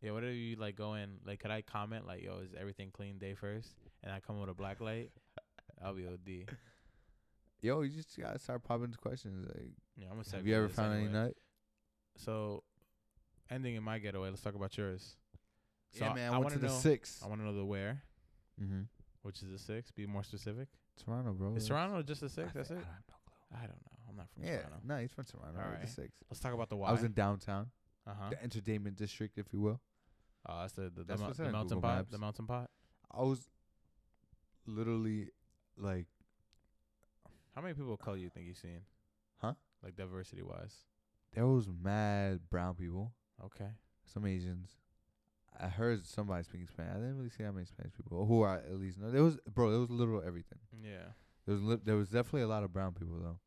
Speaker 1: Yeah, what if you like go in? Like, could I comment like, "Yo, is everything clean day first? And I come with a black light. I'll be OD.
Speaker 2: Yo, you just gotta start popping questions. Like,
Speaker 1: Yeah, I'm gonna
Speaker 2: have
Speaker 1: segue
Speaker 2: you ever
Speaker 1: this
Speaker 2: found
Speaker 1: anyway.
Speaker 2: any nut?
Speaker 1: So, ending in my getaway. Let's talk about yours. So
Speaker 2: yeah,
Speaker 1: I-
Speaker 2: man.
Speaker 1: I
Speaker 2: I, went
Speaker 1: wanna
Speaker 2: to the
Speaker 1: know-
Speaker 2: six.
Speaker 1: I want to know the where,
Speaker 2: Mm-hmm.
Speaker 1: which is the six. Be more specific.
Speaker 2: Toronto, bro.
Speaker 1: Is
Speaker 2: that's-
Speaker 1: Toronto just a
Speaker 2: I
Speaker 1: six?
Speaker 2: thi-
Speaker 1: That's
Speaker 2: I
Speaker 1: it.
Speaker 2: don't have no clue.
Speaker 1: I don't know. I'm not from
Speaker 2: Yeah,
Speaker 1: Toronto.
Speaker 2: no, he's from Toronto. I went to
Speaker 1: Alright.
Speaker 2: six.
Speaker 1: Let's talk about the why.
Speaker 2: I was in downtown,
Speaker 1: uh huh.
Speaker 2: the entertainment district, if you will.
Speaker 1: Oh, that's the the, the,
Speaker 2: That's
Speaker 1: mou-
Speaker 2: what's
Speaker 1: the
Speaker 2: on
Speaker 1: mountain
Speaker 2: Google
Speaker 1: pot.
Speaker 2: Maps.
Speaker 1: The mountain pot.
Speaker 2: I was literally like
Speaker 1: How many people of color you think you've seen?
Speaker 2: Huh?
Speaker 1: Like diversity wise.
Speaker 2: there was mad brown people,
Speaker 1: Okay.
Speaker 2: some Asians. I heard somebody speaking Spanish. I didn't really see how many Spanish people who I at least know. There was bro, there was literal everything.
Speaker 1: Yeah.
Speaker 2: There was li- there was definitely a lot of brown people though,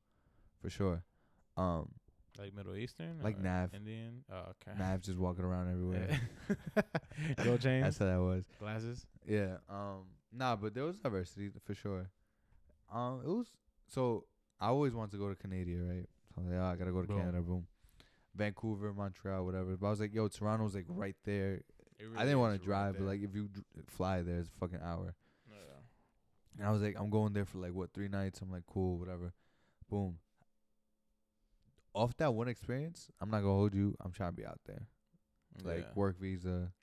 Speaker 2: for sure. Um,
Speaker 1: Like Middle Eastern.
Speaker 2: Like
Speaker 1: or
Speaker 2: Nav.
Speaker 1: Indian. Oh, okay. [LAUGHS]
Speaker 2: Nav just walking around everywhere.
Speaker 1: Yeah. Go James.
Speaker 2: That's how that was.
Speaker 1: Glasses.
Speaker 2: Yeah. Um. Nah, but there was diversity for sure. Um. It was so I always wanted to go to Canada, right? So I was like, oh, I gotta go to
Speaker 1: Boom.
Speaker 2: Canada. Boom. Vancouver, Montreal, whatever. But I was like, yo, Toronto's like right there.
Speaker 1: It
Speaker 2: I
Speaker 1: really
Speaker 2: didn't want
Speaker 1: is
Speaker 2: to
Speaker 1: right
Speaker 2: drive,
Speaker 1: there. Oh,
Speaker 2: but like if you d- fly there, it's a fucking hour.
Speaker 1: Yeah.
Speaker 2: And I was like, I'm going there for like what three nights. I'm like, cool, whatever. Boom. Off that one experience, I'm not gonna hold you. I'm trying to be out there, like
Speaker 1: Yeah.
Speaker 2: work visa.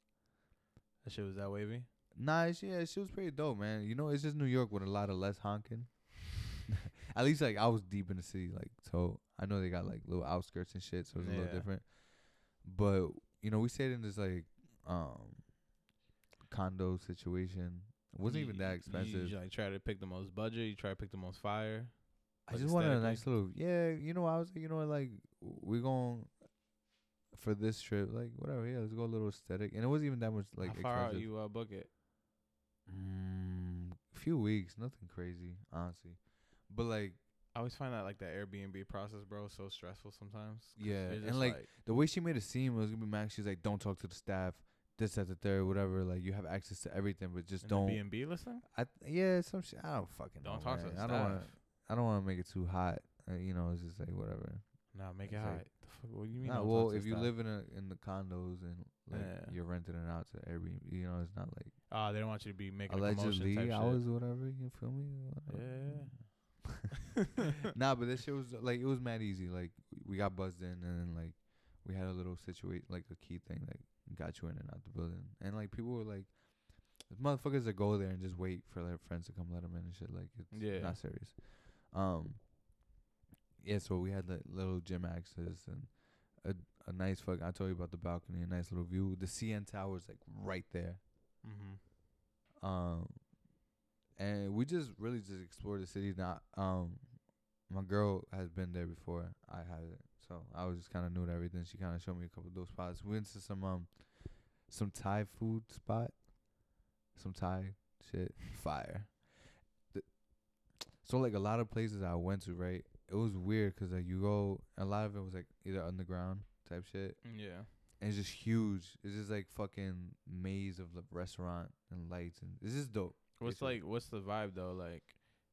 Speaker 1: that shit was that wavy.
Speaker 2: Nah, she, yeah, she was pretty dope, man. You know, it's just New York with a lot of less honking. [LAUGHS] At least like I was deep in the city, like so I know they got like little outskirts and shit, so it's a
Speaker 1: Yeah.
Speaker 2: little different. But you know, we stayed in this like um condo situation. It wasn't even
Speaker 1: You-
Speaker 2: that
Speaker 1: you-
Speaker 2: expensive.
Speaker 1: You, like try to pick the most budget. You try to pick the most fire.
Speaker 2: I
Speaker 1: like,
Speaker 2: just wanted a nice
Speaker 1: aesthetically.
Speaker 2: little yeah. You know, I was like, you know, what, like we're going for this trip, like whatever. Yeah, let's go a little aesthetic, and it wasn't even that much like
Speaker 1: How far out
Speaker 2: expensive.
Speaker 1: you uh, book it?
Speaker 2: Mm, few weeks, nothing crazy, honestly. But like,
Speaker 1: I always find that like that Airbnb process, bro, so stressful sometimes. 'cause
Speaker 2: Yeah,
Speaker 1: you're
Speaker 2: and,
Speaker 1: just
Speaker 2: like, the way she made it seem it was gonna be max. She's like, don't talk to the staff. This, that, the third, whatever. Like, you have access to everything, but just
Speaker 1: in
Speaker 2: don't.
Speaker 1: the B listing.
Speaker 2: I yeah, some shit. I don't fucking.
Speaker 1: Don't
Speaker 2: know,
Speaker 1: talk to
Speaker 2: man.
Speaker 1: the
Speaker 2: I
Speaker 1: staff.
Speaker 2: don't want to. I don't want to make it too hot. Uh, you know, it's just like whatever.
Speaker 1: Nah, make it
Speaker 2: It's
Speaker 1: hot.
Speaker 2: like-
Speaker 1: the fuck, what do you mean?
Speaker 2: Nah,
Speaker 1: don't talk
Speaker 2: well,
Speaker 1: to the
Speaker 2: if you
Speaker 1: staff?
Speaker 2: live in a in the condos and like
Speaker 1: Yeah.
Speaker 2: you're renting it out to Airbnb, you know, it's not like
Speaker 1: ah, they don't want you to be making a commotion
Speaker 2: allegedly
Speaker 1: type
Speaker 2: I
Speaker 1: shit.
Speaker 2: was whatever. You feel me? Whatever.
Speaker 1: Yeah.
Speaker 2: [LAUGHS] nah, but this shit was like it was mad easy. Like we got buzzed in, and then like we had a little situation, like a key thing, like got you in and out the building, and like people were like, motherfuckers that go there and just wait for their friends to come let them in and shit. Like it's
Speaker 1: Yeah.
Speaker 2: not serious. Um, yeah. So we had the little gym access and a a nice fuck. I told you about the balcony, a nice little view. The CN Tower is like right there.
Speaker 1: mm-hmm.
Speaker 2: Um, and we just really just explored the city. Not um, my girl has been there before. I haven't, so I was just kind of new to everything. She kind of showed me a couple of those spots. We went to some um, some Thai food spot, some Thai shit, fire. The- So like a lot of places I went to, right? It was weird 'cause like you go, a lot of it was like either underground type shit,
Speaker 1: Mm, Yeah.
Speaker 2: and it's just huge. It's just like fucking maze of like restaurant and lights, and it's just dope.
Speaker 1: What's
Speaker 2: Basically.
Speaker 1: like? What's the vibe though? Like,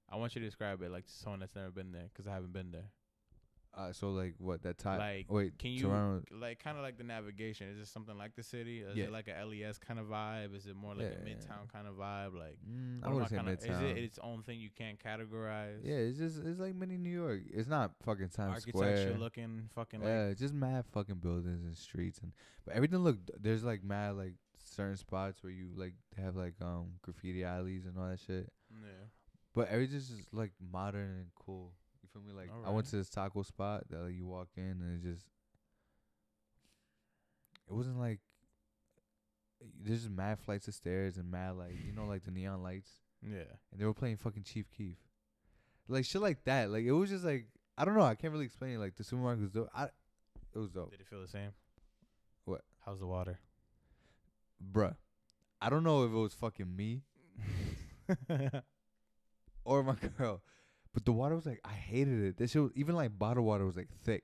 Speaker 1: I want you to describe it like to someone that's never been there 'cause I haven't been there.
Speaker 2: Uh, so like what that time?
Speaker 1: Like,
Speaker 2: wait,
Speaker 1: can you-
Speaker 2: Toronto,
Speaker 1: Like, kind of like the navigation. Is it something like the city? Is
Speaker 2: Yeah.
Speaker 1: it like a LES kind of vibe? Is it more like
Speaker 2: Yeah,
Speaker 1: a
Speaker 2: yeah, yeah.
Speaker 1: midtown kind of vibe? Like,
Speaker 2: mm, I
Speaker 1: what am
Speaker 2: would say
Speaker 1: kinda-
Speaker 2: midtown.
Speaker 1: Is it its own thing you can't categorize?
Speaker 2: yeah, it's just it's like mini New York. It's not fucking Times
Speaker 1: Architecture
Speaker 2: Square.
Speaker 1: looking fucking
Speaker 2: yeah,
Speaker 1: like
Speaker 2: it's just mad fucking buildings and streets and but everything look. There's like mad like certain spots where you like have like um graffiti alleys and all that shit.
Speaker 1: yeah.
Speaker 2: But everything's just like modern and cool. You feel me? Like I went
Speaker 1: Alright.
Speaker 2: to this taco spot that like you walk in and it just it wasn't like there's just mad flights of stairs and mad like you know like the neon lights
Speaker 1: Yeah.
Speaker 2: and they were playing fucking Chief Keef, like shit like that. Like it was just like I don't know. I can't really explain it. Like the supermarket was dope. I it was dope,
Speaker 1: Did it feel the same?
Speaker 2: What?
Speaker 1: How's the
Speaker 2: [LAUGHS]
Speaker 1: water?
Speaker 2: bruh. I don't know if it was fucking me
Speaker 1: Uh,
Speaker 2: or my [LAUGHS] girl, but the water was like I hated it. This shit was, even like bottled water was like thick.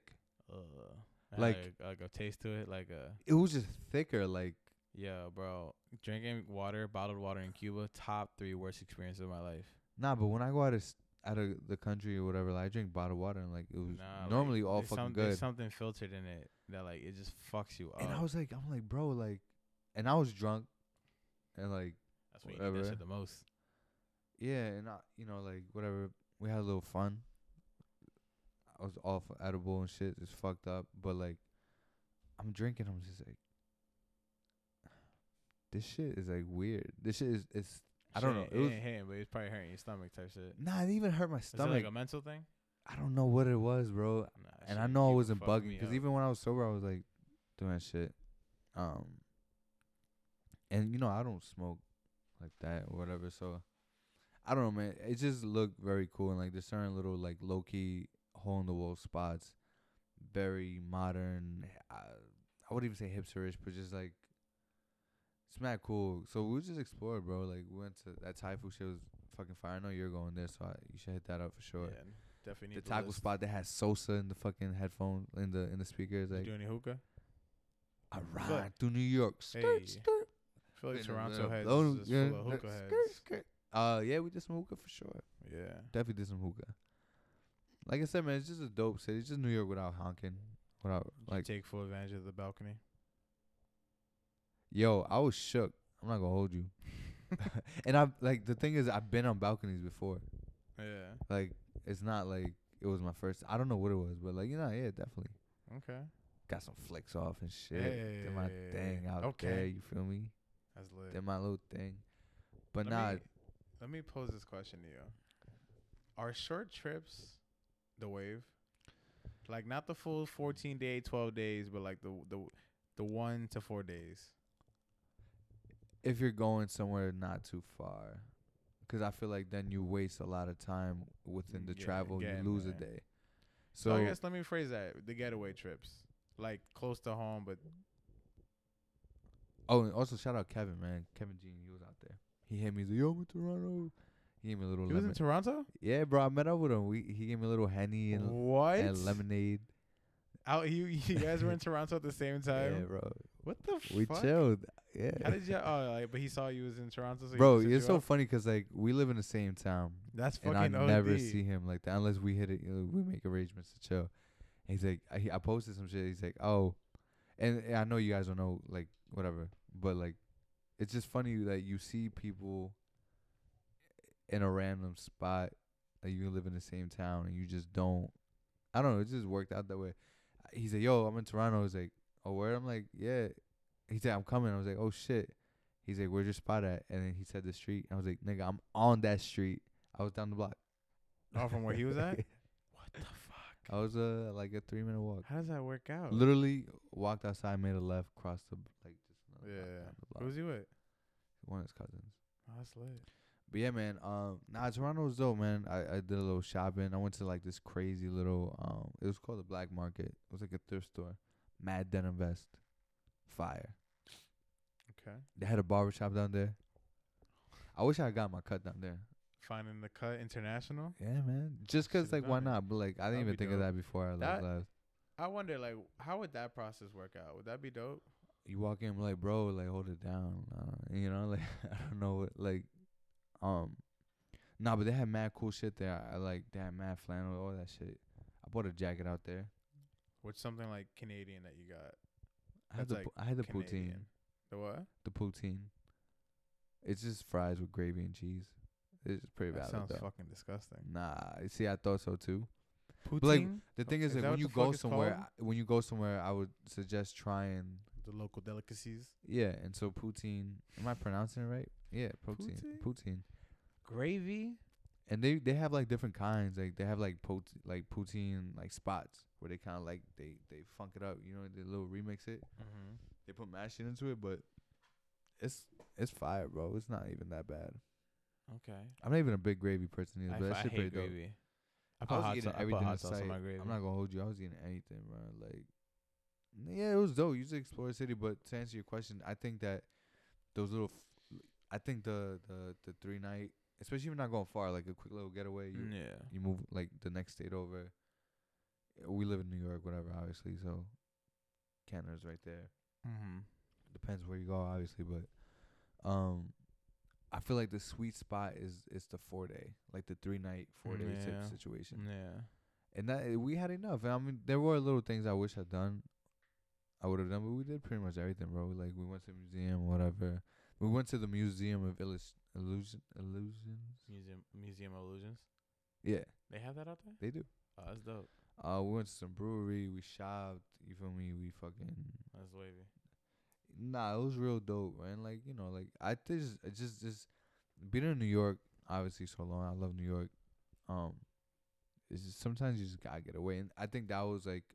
Speaker 1: uh, it had
Speaker 2: Like-
Speaker 1: a, like a taste to it, like a
Speaker 2: it was just thicker. Like
Speaker 1: yeah, bro. Drinking water, bottled water in Cuba, top three worst experiences of my life.
Speaker 2: nah, but when I go out of s- out of the country or whatever, like, I drink bottled water and like it was
Speaker 1: Nah, like,
Speaker 2: normally all
Speaker 1: there's
Speaker 2: fucking
Speaker 1: some- uh,
Speaker 2: good.
Speaker 1: There's something filtered in it that like it just fucks you up.
Speaker 2: and I was like, I'm like, bro, like, and I was drunk, and like,
Speaker 1: That's when you need that
Speaker 2: whatever.
Speaker 1: shit the most.
Speaker 2: yeah, and I, you know, like whatever. We had a little fun. I was off edible and shit, just fucked up. But like, I'm drinking. I'm just like, this shit is like weird. This shit is it's I don't know.
Speaker 1: Shit
Speaker 2: It
Speaker 1: ain't-
Speaker 2: was
Speaker 1: it ain't hitting, but it's probably hurting your stomach type shit.
Speaker 2: nah. It even hurt my
Speaker 1: Is
Speaker 2: stomach.
Speaker 1: it like a mental thing?
Speaker 2: I don't know what it was,
Speaker 1: Nah,
Speaker 2: bro.
Speaker 1: that
Speaker 2: And
Speaker 1: shit
Speaker 2: I know I
Speaker 1: keep
Speaker 2: wasn't
Speaker 1: fucking me
Speaker 2: bugging because
Speaker 1: up.
Speaker 2: even when I was sober, I was like doing that shit. Um, and you know I don't smoke like that or whatever, so I don't know, man. It just looked very cool and like there's certain little like low key hole in the wall spots, very modern. I, I wouldn't even say hipsterish, but just like it's mad cool. So we just explored, bro. Like we went to that Thai food shit was fucking fire. I know you're going there, so I, you should hit that up for sure
Speaker 1: Yeah, definitely
Speaker 2: the
Speaker 1: need to
Speaker 2: taco
Speaker 1: list.
Speaker 2: spot that has Sosa in the fucking headphone in the in the speakers.
Speaker 1: You
Speaker 2: Like
Speaker 1: do any hookah?
Speaker 2: I ride through New York. Skirt,
Speaker 1: Hey,
Speaker 2: skirt.
Speaker 1: I feel like
Speaker 2: And
Speaker 1: Toronto
Speaker 2: the-
Speaker 1: heads
Speaker 2: those-
Speaker 1: is just
Speaker 2: yeah,
Speaker 1: full of
Speaker 2: the
Speaker 1: hookah heads.
Speaker 2: skirt, skirt. Uh yeah, we did some hookah for sure.
Speaker 1: Yeah.
Speaker 2: Definitely did some hookah. Like I said, man, it's just a dope city. It's just New York without honking. Without
Speaker 1: Did
Speaker 2: like
Speaker 1: you take full advantage of the balcony.
Speaker 2: yo, I was shook. I'm not
Speaker 1: [LAUGHS]
Speaker 2: gonna hold you. [LAUGHS] and I like the thing is I've been on balconies before.
Speaker 1: Yeah.
Speaker 2: Like it's not like it was my first I don't know what it was, but like you know, yeah, definitely.
Speaker 1: Okay.
Speaker 2: Got some flicks off and shit. Did my
Speaker 1: Hey,
Speaker 2: thing out
Speaker 1: okay.
Speaker 2: there, you feel me?
Speaker 1: That's lit.
Speaker 2: Did my little thing. But
Speaker 1: Let
Speaker 2: nah,
Speaker 1: me- let me pose this question to you. Are short trips the wave? Like not the full 14 day, 12 days, but like the the the 1 to 4 days.
Speaker 2: if you're going somewhere not too far, 'cause I feel like then you waste a lot of time within the
Speaker 1: Yeah,
Speaker 2: travel. You
Speaker 1: getting
Speaker 2: lose a
Speaker 1: there.
Speaker 2: day. So,
Speaker 1: So, I guess let me phrase that, the getaway trips. Like close to home, but
Speaker 2: oh, and also shout out Kevin, man. Kevin Jean, he was out there. He hit me. He's like, yo, I'm in Toronto. He gave me a little
Speaker 1: he was
Speaker 2: lemon.
Speaker 1: in Toronto?
Speaker 2: yeah, bro, I met up with him. We he gave me a little henny and,
Speaker 1: What?
Speaker 2: and lemonade.
Speaker 1: Out you you guys
Speaker 2: [LAUGHS]
Speaker 1: were in Toronto at the same time.
Speaker 2: Yeah, bro.
Speaker 1: What the
Speaker 2: We
Speaker 1: fuck?
Speaker 2: chilled. Yeah.
Speaker 1: How did you? Oh, like, but he saw you was in Toronto. So he
Speaker 2: bro,
Speaker 1: set
Speaker 2: it's
Speaker 1: you
Speaker 2: so
Speaker 1: up?
Speaker 2: funny 'cause like we live in the same town.
Speaker 1: That's
Speaker 2: and
Speaker 1: fucking
Speaker 2: I
Speaker 1: OD.
Speaker 2: never see him like that unless we hit it. You know, we make arrangements to chill. And he's like, I, he- I posted some shit. He's like, oh, and, and I know you guys don't know, like whatever, but like, it's just funny that you see people in a random spot like you live in the same town and you just don't. I don't know. It just worked out that way. He's like, yo, I'm in Toronto. He's like, oh, where? I'm like, yeah. He said, I'm coming. I was like, oh shit. He's like, where's your spot at? And then he said the street. I was like, nigga, I'm on that street. I was down the block.
Speaker 1: Oh, from where he was
Speaker 2: [LAUGHS]
Speaker 1: at? What the
Speaker 2: I
Speaker 1: fuck?
Speaker 2: was uh, like a three minute walk.
Speaker 1: How does that work out?
Speaker 2: Literally walked outside, made a left, crossed the b- like just another block
Speaker 1: Yeah.
Speaker 2: down the block.
Speaker 1: Who was he with?
Speaker 2: One of his cousins.
Speaker 1: Oh, that's lit.
Speaker 2: But yeah, man. Um, nah, Toronto was dope, man. I, I did a little shopping. I went to like this crazy little um, it was called the black market. It was like a thrift store. Mad denim vest, fire.
Speaker 1: Okay.
Speaker 2: They had a barber shop down there. I wish I got my cut down there.
Speaker 1: Finding the cut international.
Speaker 2: Yeah, man. Just 'cause
Speaker 1: Should've
Speaker 2: like, why
Speaker 1: done it.
Speaker 2: not? But like, I didn't
Speaker 1: That'd
Speaker 2: even
Speaker 1: be
Speaker 2: think of
Speaker 1: dope.
Speaker 2: that before I
Speaker 1: That-
Speaker 2: left. left.
Speaker 1: I wonder, like, how would that process work out? Would that be dope?
Speaker 2: You walk in, like, bro, like, hold it down. Uh, you know, [LAUGHS] like, I don't know what, like, um, nah, but they had mad cool shit there. I like they had mad flannel, all that shit. I bought a jacket out there.
Speaker 1: With something like Canadian that you got.
Speaker 2: I had
Speaker 1: That's,
Speaker 2: the
Speaker 1: like,
Speaker 2: pu- I had the poutine.
Speaker 1: Canadian. The what?
Speaker 2: The poutine. It's just fries with gravy and cheese. It's pretty
Speaker 1: That
Speaker 2: valid
Speaker 1: sounds
Speaker 2: though.
Speaker 1: fucking disgusting.
Speaker 2: nah, you see, I thought so too.
Speaker 1: Poutine.
Speaker 2: like, The thing
Speaker 1: Is
Speaker 2: is, like,
Speaker 1: that
Speaker 2: when
Speaker 1: what
Speaker 2: you
Speaker 1: the fuck
Speaker 2: go
Speaker 1: it's
Speaker 2: somewhere,
Speaker 1: called?
Speaker 2: I- when you go somewhere, I would suggest trying
Speaker 1: the local delicacies.
Speaker 2: Yeah, and so poutine. Am I pronouncing it right? Yeah, protein,
Speaker 1: Poutine?
Speaker 2: poutine.
Speaker 1: Gravy.
Speaker 2: And they they have like different kinds. Like they have like pot like poutine like spots where they kind of like they they funk it up. You know, they little remix it.
Speaker 1: Mm-hmm.
Speaker 2: They put mash shit into it, but it's it's fire, bro. It's not even that bad.
Speaker 1: Okay.
Speaker 2: I'm not even a big gravy person either.
Speaker 1: I,
Speaker 2: but
Speaker 1: I
Speaker 2: that shit pretty
Speaker 1: hate
Speaker 2: dope.
Speaker 1: gravy. I
Speaker 2: I
Speaker 1: put
Speaker 2: was
Speaker 1: hot,
Speaker 2: eating
Speaker 1: sauce. I put
Speaker 2: everything in
Speaker 1: hot sauce
Speaker 2: sight.
Speaker 1: on my gravy.
Speaker 2: I'm not gonna hold you. I was eating anything, bro. Like, yeah, it was dope. You just explore the city, but to answer your question, I think that those little, f- I think the the the three night, especially if you're not going far, like a quick little getaway. You
Speaker 1: yeah.
Speaker 2: you move like the next state over. We live in New York, whatever, obviously. So Canada's right there.
Speaker 1: Mm-hmm.
Speaker 2: Depends where you go, obviously, but um. I feel like the sweet spot is is the four day, like the three night, four day
Speaker 1: Yeah. Mm.
Speaker 2: type situation
Speaker 1: Yeah.
Speaker 2: and that eh, we had enough. And I mean, there were little things I wish I'd done, I would have done, but we did pretty much everything, bro. Like we went to the museum, whatever. We went to the Museum of Illus- Illusion Illusions.
Speaker 1: Museum Museum of Illusions.
Speaker 2: Yeah,
Speaker 1: They have that out there?
Speaker 2: they do.
Speaker 1: Oh, that's dope.
Speaker 2: Uh, we went to some brewery. We shopped. You feel me? We fucking
Speaker 1: That's wavy.
Speaker 2: nah, it was real dope, man. Like you know, like I just, I just, just being in New York, obviously so long. I love New York. Um, it's just sometimes you just gotta get away, and I think that was like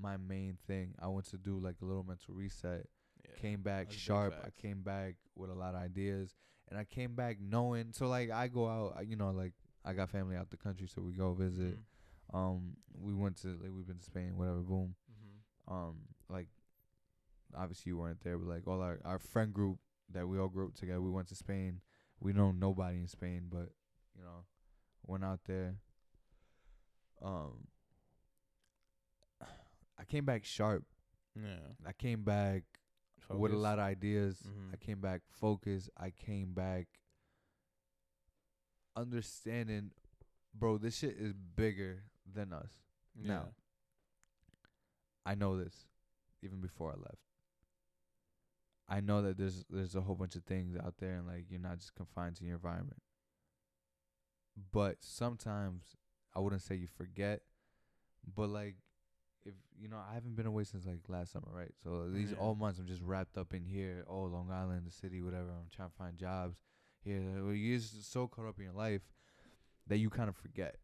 Speaker 2: my main thing. I went to do like a little mental reset.
Speaker 1: Yeah.
Speaker 2: Came back
Speaker 1: that's big
Speaker 2: sharp. I
Speaker 1: facts.
Speaker 2: came back with a lot of ideas, and I came back knowing. So like I go out, I- you know, like I got family out the country, so we go visit.
Speaker 1: Mhm.
Speaker 2: Um, we went to like we've been to Spain, whatever. Boom
Speaker 1: Mhm.
Speaker 2: um like obviously you weren't there but like all our, our friend group that we all grew up together we went to spain we know nobody in spain but you know went out there um i came back sharp
Speaker 1: Yeah.
Speaker 2: i came back with a
Speaker 1: Focus.
Speaker 2: lot of ideas i
Speaker 1: Mhm.
Speaker 2: came back focused i came back understanding bro this shit is bigger than us
Speaker 1: Yeah.
Speaker 2: now. I know this even before I left. I know that there's there's a whole bunch of things out there and like you're not just confined to your environment. But sometimes I wouldn't say you forget, but like if you know, I haven't been away since like last summer, right? So these
Speaker 1: Yeah.
Speaker 2: all months I'm just wrapped up in here, oh Long Island, the city, whatever. I'm trying to find jobs here. Well, You're just so caught up in your life that you kind of forget.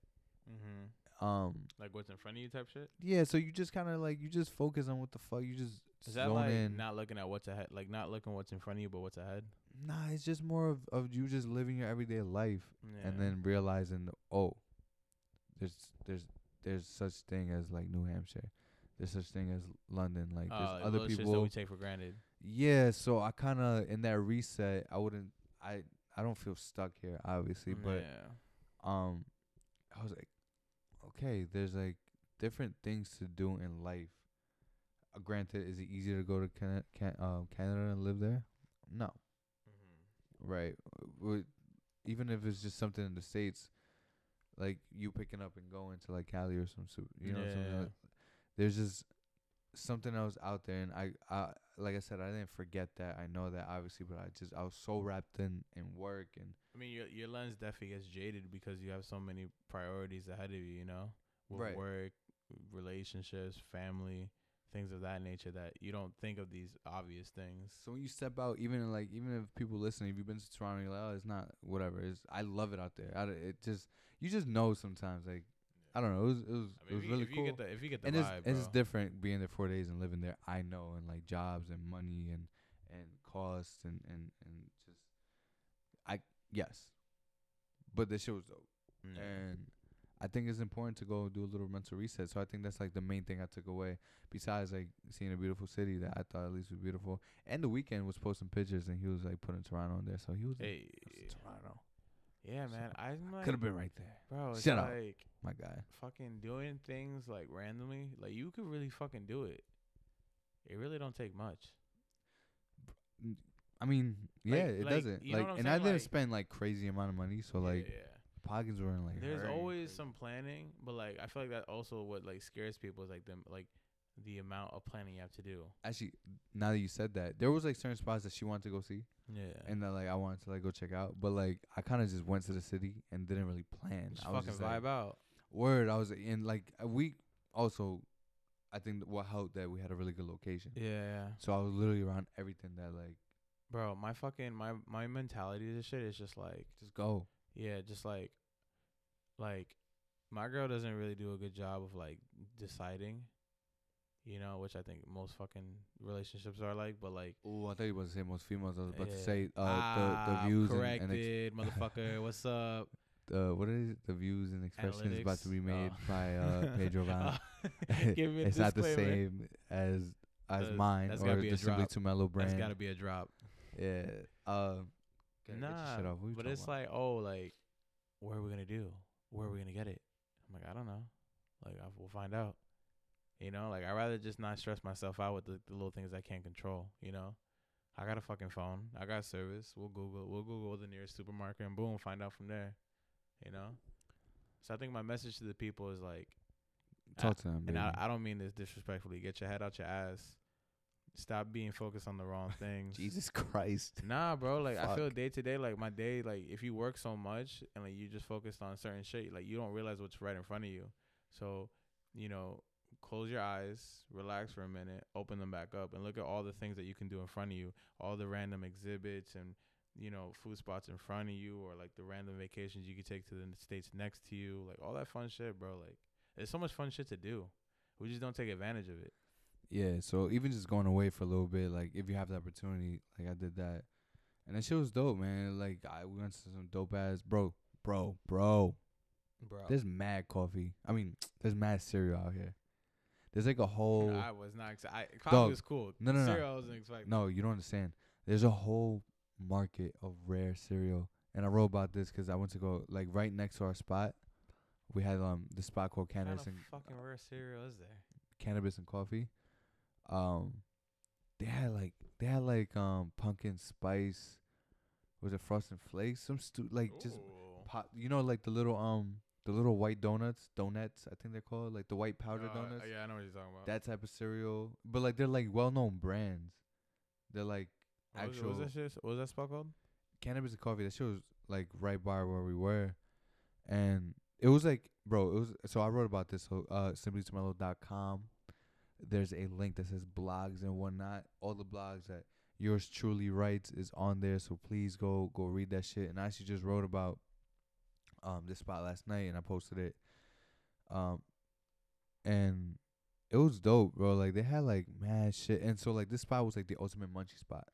Speaker 1: Mhm.
Speaker 2: Um,
Speaker 1: Like what's in front of you type shit.
Speaker 2: yeah, so you just kind of like you just focus on what the fuck you just
Speaker 1: Is that
Speaker 2: zone
Speaker 1: like
Speaker 2: in.
Speaker 1: not looking at what's ahead, like not looking what's in front of you, but what's ahead?
Speaker 2: nah, it's just more of, of you just living your everyday life
Speaker 1: Yeah.
Speaker 2: and then realizing oh, there's there's there's such thing as like New Hampshire, there's such thing as London, like
Speaker 1: Uh,
Speaker 2: there's
Speaker 1: like
Speaker 2: other
Speaker 1: little shits that
Speaker 2: people.
Speaker 1: we take for granted.
Speaker 2: yeah, so I kind of in that reset, I wouldn't, I I don't feel stuck here obviously, but
Speaker 1: yeah.
Speaker 2: um, I was like, okay, there's like different things to do in life. Uh, granted, is it easier to go to Can- Can- um, Canada and live there? No,
Speaker 1: Mm-hmm.
Speaker 2: right. Would, even if it's just something in the states, like you picking up and going to like Cali or some su- you know, something
Speaker 1: Yeah.
Speaker 2: like, there's just something else out there, and I, I, like I said, I didn't forget that. I know that obviously, but I just I was so wrapped in in work and
Speaker 1: I mean, your your lens definitely gets jaded because you have so many priorities ahead of you. You know, with
Speaker 2: Right.
Speaker 1: work, relationships, family, things of that nature. That you don't think of these obvious things.
Speaker 2: So when you step out, even in, like even if people listen, if you've been to Toronto, you're like, oh, it's not whatever. It's I love it out there. I, don't- it just you just know sometimes. Like I don't know. It was it was,
Speaker 1: I mean,
Speaker 2: it was
Speaker 1: if, you-
Speaker 2: really
Speaker 1: if
Speaker 2: cool.
Speaker 1: You get the, if you get the
Speaker 2: and it's
Speaker 1: vibe,
Speaker 2: and it's
Speaker 1: bro.
Speaker 2: different being there four days and living there. I know and like jobs and money and and costs and and and just I yes, but this shit was dope.
Speaker 1: Yeah.
Speaker 2: And I think it's important to go do a little mental reset. So I think that's like the main thing I took away. Besides like seeing a beautiful city that I thought at least was beautiful. And the weekend was posting pictures and he was like putting Toronto on there. So he was
Speaker 1: Hey,
Speaker 2: in Toronto.
Speaker 1: yeah,
Speaker 2: so
Speaker 1: man. I'm like,
Speaker 2: Could have been right there.
Speaker 1: bro. It's
Speaker 2: Shut up.
Speaker 1: like
Speaker 2: My guy.
Speaker 1: fucking doing things like randomly. Like you could really fucking do it. It really don't take much.
Speaker 2: I mean, yeah, it
Speaker 1: like,
Speaker 2: doesn't.
Speaker 1: you know
Speaker 2: Like
Speaker 1: what I'm
Speaker 2: and I
Speaker 1: saying?
Speaker 2: didn't
Speaker 1: Like-
Speaker 2: spend like crazy amount of money. So
Speaker 1: Yeah,
Speaker 2: like
Speaker 1: yeah.
Speaker 2: pockets were in like
Speaker 1: there's
Speaker 2: hurting.
Speaker 1: always
Speaker 2: Like,
Speaker 1: some planning, but like I feel like that also what like scares people is like them like the amount of planning you have to do.
Speaker 2: actually now that you said that, there was like certain spots that she wanted to go see.
Speaker 1: Yeah,
Speaker 2: and that like I wanted to like go check out, but like I kind of just went to the city and didn't really plan.
Speaker 1: just
Speaker 2: I was
Speaker 1: fucking
Speaker 2: just,
Speaker 1: vibe
Speaker 2: like,
Speaker 1: out.
Speaker 2: Word, I was in like uh, we also, I think that what helped that we had a really good location.
Speaker 1: Yeah, yeah,
Speaker 2: So I was literally around everything that like
Speaker 1: bro. My fucking my my mentality to shit is just like
Speaker 2: just go.
Speaker 1: yeah, just like like my girl doesn't really do a good job of like deciding, you know, which I think most fucking relationships are like. But like
Speaker 2: Oh, I thought you were about to say most females. I was about
Speaker 1: Yeah.
Speaker 2: to say uh, the
Speaker 1: ah,
Speaker 2: the views and- and, ex-
Speaker 1: corrected, motherfucker. What's
Speaker 2: [LAUGHS]
Speaker 1: up?
Speaker 2: uh, what is it? the views and expressions about to
Speaker 1: Analytics?
Speaker 2: be made
Speaker 1: Oh. [LAUGHS]
Speaker 2: by uh, Pedro Van. [LAUGHS]
Speaker 1: Give me a
Speaker 2: it's not the
Speaker 1: disclaimer.
Speaker 2: same as as
Speaker 1: Uh,
Speaker 2: mine
Speaker 1: that's gotta
Speaker 2: or
Speaker 1: be a
Speaker 2: the simply
Speaker 1: drop.
Speaker 2: too mellow brand.
Speaker 1: That's gotta be a drop.
Speaker 2: Yeah. Um. gotta get your
Speaker 1: Nah,
Speaker 2: shit off. What you
Speaker 1: but
Speaker 2: talking
Speaker 1: it's
Speaker 2: about?
Speaker 1: like, oh, like, what are we gonna do? Where are we gonna get it? I'm like, I don't know. Like, I, we'll find out. You know, like I would rather just not stress myself out with the, the little things I can't control. You know, I got a fucking phone. I got service. We'll Google. We'll Google the nearest supermarket and boom, find out from there. You know. So I think my message to the people is like,
Speaker 2: talk to them.
Speaker 1: and I,
Speaker 2: baby.
Speaker 1: I don't mean this disrespectfully. Get your head out your ass. Stop being focused on the
Speaker 2: [LAUGHS]
Speaker 1: wrong things.
Speaker 2: Jesus Christ.
Speaker 1: Nah, bro. Like I feel
Speaker 2: Fuck.
Speaker 1: day to day, like my day, like if you work so much and like you just focused on certain shit, like you don't realize what's right in front of you. So, you know, close your eyes, relax for a minute, open them back up, and look at all the things that you can do in front of you, all the random exhibits and you know food spots in front of you, or like the random vacations you could take to the states next to you, like all that fun shit, bro. Like there's so much fun shit to do. We just don't take advantage of it.
Speaker 2: Yeah, so even just going away for a little bit, like if you have the opportunity, like I did that, and that shit was dope, man. Like I we went to some dope ass, bro, bro, bro.
Speaker 1: Bro,
Speaker 2: There's mad coffee. I mean, there's mad cereal out here. There's like a whole.
Speaker 1: I was not excited. Coffee
Speaker 2: Dog.
Speaker 1: was cool.
Speaker 2: No, no, no.
Speaker 1: Cereal I wasn't expecting.
Speaker 2: No, you don't understand. There's a whole market of rare cereal, and I wrote about this 'cause I went to go like right next to our spot. We had um the spot called
Speaker 1: What kind
Speaker 2: Cannabis
Speaker 1: of
Speaker 2: and
Speaker 1: fucking rare cereal is there?
Speaker 2: Cannabis and Coffee. Um, they had like they had like um pumpkin spice, was it frosted flakes? Some stu like just
Speaker 1: Ooh.
Speaker 2: pop. You know, like the little um the little white donuts, donuts. I think they're called like the white powder
Speaker 1: Uh,
Speaker 2: donuts.
Speaker 1: Yeah, I know what you're talking about.
Speaker 2: That type of cereal, but like they're like well known brands. They're like
Speaker 1: What was, it- what was
Speaker 2: actual-
Speaker 1: that shit? What was that spot called?
Speaker 2: cannabis and coffee. That shit was like right by where we were, and it was like, bro, it was. So I wrote about this. So uh, simplytomelo.com. There's a link that says blogs and whatnot. All the blogs that yours truly writes is on there. So please go go read that shit. And I actually just wrote about um this spot last night, and I posted it. Um, and it was dope, bro. Like they had like mad shit, and so like this spot was like the ultimate munchie spot. So-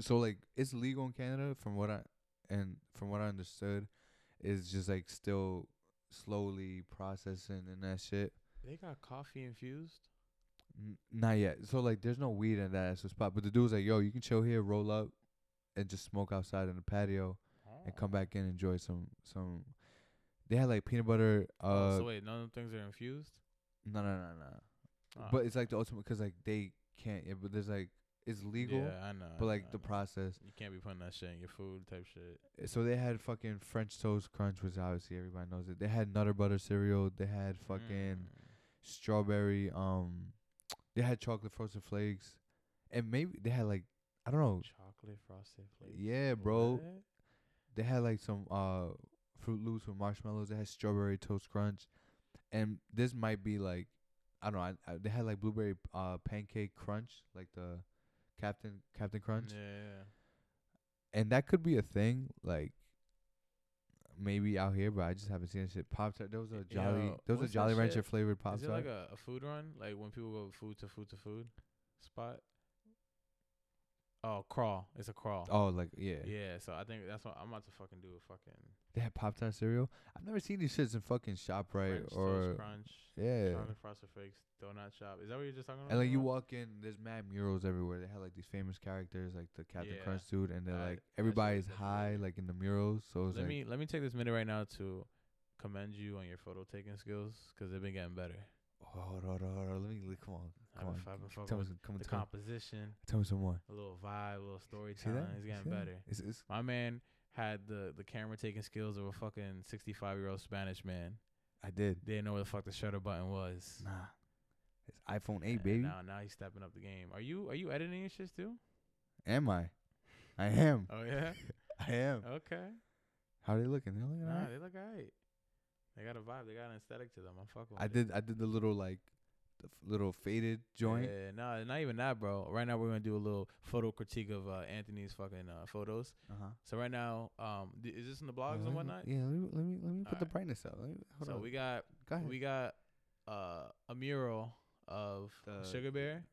Speaker 2: so like it's legal in Canada from what I and from what I understood is just like still slowly processing and that shit.
Speaker 1: They got coffee infused.
Speaker 2: N- not yet. So like there's no weed in that ass spot. But the dude was like, yo, you can chill here, roll up and just smoke outside in the patio and come back in and enjoy some some they had like peanut butter uh
Speaker 1: Oh, so wait, none of them things are infused.
Speaker 2: no no no no.
Speaker 1: Oh.
Speaker 2: But it's like the ultimate cuz like they can't yeah, but there's like it's legal
Speaker 1: Yeah, I know. I
Speaker 2: but like
Speaker 1: know,
Speaker 2: the
Speaker 1: I know.
Speaker 2: process
Speaker 1: You can't be putting that shit in your food type shit.
Speaker 2: So they had fucking French toast crunch, which obviously everybody knows it. They had Nutter Butter cereal. They had fucking
Speaker 1: Mm. Hmm.
Speaker 2: strawberry. Um, they had chocolate frosted flakes, and maybe they had like I don't know.
Speaker 1: Mm. chocolate frosted flakes.
Speaker 2: Yeah, bro.
Speaker 1: What?
Speaker 2: They had like some uh Fruit Loops with marshmallows. They had strawberry toast crunch, and this might be like I don't know. I, I, they had like blueberry uh pancake crunch, like the Captain Captain Crunch.
Speaker 1: Yeah, yeah.
Speaker 2: and that could be a thing, like maybe out here, but I just haven't seen that shit. Pop tart, there was a jolly,
Speaker 1: Yo,
Speaker 2: there
Speaker 1: what's
Speaker 2: was a
Speaker 1: that
Speaker 2: Jolly Rancher
Speaker 1: shit?
Speaker 2: flavored pop
Speaker 1: Is it like
Speaker 2: tart.
Speaker 1: a, a food run? Like when people go food to food to food spot? Oh, crawl. It's a crawl.
Speaker 2: oh, like yeah.
Speaker 1: Yeah, so I think that's what I'm about to fucking do. A fucking
Speaker 2: they had pop tart cereal. I've never seen these shits in fucking Shoprite
Speaker 1: French
Speaker 2: or
Speaker 1: toast crunch,
Speaker 2: yeah.
Speaker 1: chocolate frosted flakes, donut shop. Is that what you're just talking about?
Speaker 2: And like you
Speaker 1: Noah?
Speaker 2: walk in, there's mad murals everywhere. They had like these famous characters, like the Captain
Speaker 1: Yeah.
Speaker 2: Crunch dude, and they're
Speaker 1: That-
Speaker 2: like
Speaker 1: that shit
Speaker 2: everybody's
Speaker 1: is definitely
Speaker 2: high,
Speaker 1: weird.
Speaker 2: like in the murals. So it's
Speaker 1: Let
Speaker 2: like
Speaker 1: me let me take this minute right now to commend you on your photo taking skills 'cause they've been getting better.
Speaker 2: oh, hold on, hold on, hold on. Let me li- come on,
Speaker 1: I've
Speaker 2: come
Speaker 1: been,
Speaker 2: on.
Speaker 1: I've been fucking
Speaker 2: Tell me,
Speaker 1: with
Speaker 2: some, come on,
Speaker 1: the
Speaker 2: tell, me-
Speaker 1: composition,
Speaker 2: tell me some more.
Speaker 1: a little vibe, a little
Speaker 2: See that?
Speaker 1: storytelling. It's
Speaker 2: See
Speaker 1: getting
Speaker 2: that?
Speaker 1: better.
Speaker 2: It's, it's
Speaker 1: My man had the the camera taking skills of a fucking 65 year old Spanish man.
Speaker 2: I did.
Speaker 1: Didn't know where the fuck the shutter button was.
Speaker 2: Nah. It's iPhone 8,
Speaker 1: And
Speaker 2: baby.
Speaker 1: Now now he's stepping up the game. Are you are you editing your shit too?
Speaker 2: Am I? I am.
Speaker 1: Oh yeah.
Speaker 2: [LAUGHS] I am.
Speaker 1: okay.
Speaker 2: How they looking? They looking
Speaker 1: Nah,
Speaker 2: alright?
Speaker 1: they look alright. They got a vibe. They got an aesthetic to them. I'm fucking. With
Speaker 2: I
Speaker 1: it.
Speaker 2: did. I did the little like, the f- little faded joint.
Speaker 1: Yeah, no, not even that, bro. Right now we're gonna do a little photo critique of uh, Anthony's fucking uh, photos.
Speaker 2: Uh huh.
Speaker 1: So right now, um, d- is this in the blogs and whatnot?
Speaker 2: Mm-hmm. Yeah. Let me let me, let me put the
Speaker 1: Alright.
Speaker 2: brightness up. Let me, hold
Speaker 1: so
Speaker 2: on.
Speaker 1: we got
Speaker 2: Go ahead.
Speaker 1: we got uh a mural of
Speaker 2: The-
Speaker 1: Sugar Bear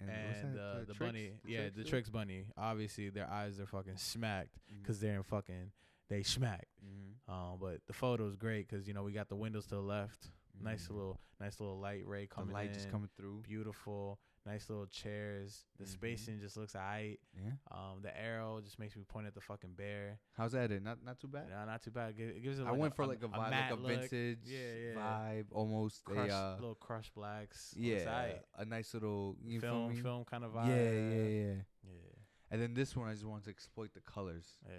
Speaker 1: and,
Speaker 2: what's that?
Speaker 1: uh, the
Speaker 2: Trix?
Speaker 1: bunny. yeah,
Speaker 2: Trix
Speaker 1: the
Speaker 2: dude?
Speaker 1: Tricks bunny. Obviously, their eyes are fucking smacked
Speaker 2: Mhm.
Speaker 1: because they're in fucking they smacked.
Speaker 2: Mhm.
Speaker 1: Um, but the photo's great because you know we got the windows to the left. Nice
Speaker 2: Mhm.
Speaker 1: little nice little light ray
Speaker 2: The
Speaker 1: coming.
Speaker 2: light just
Speaker 1: in.
Speaker 2: coming through.
Speaker 1: Beautiful. Nice little chairs. The
Speaker 2: Mhm.
Speaker 1: spacing just looks aight.
Speaker 2: Yeah.
Speaker 1: Um, the arrow just makes me point at the fucking bear.
Speaker 2: How's that? It not not too bad.
Speaker 1: No, not too bad. It gi- It gives it.
Speaker 2: I went for
Speaker 1: a,
Speaker 2: like a vibe, like
Speaker 1: matte
Speaker 2: a
Speaker 1: look.
Speaker 2: vintage
Speaker 1: Yeah, yeah.
Speaker 2: vibe, almost
Speaker 1: Crushed-
Speaker 2: a uh,
Speaker 1: little crushed blacks. Looks
Speaker 2: yeah,
Speaker 1: aight.
Speaker 2: a nice little you feel
Speaker 1: film,
Speaker 2: me?
Speaker 1: film kind of vibe.
Speaker 2: Yeah, yeah, yeah.
Speaker 1: yeah,
Speaker 2: And then this one, I just wanted to exploit the colors.
Speaker 1: yeah.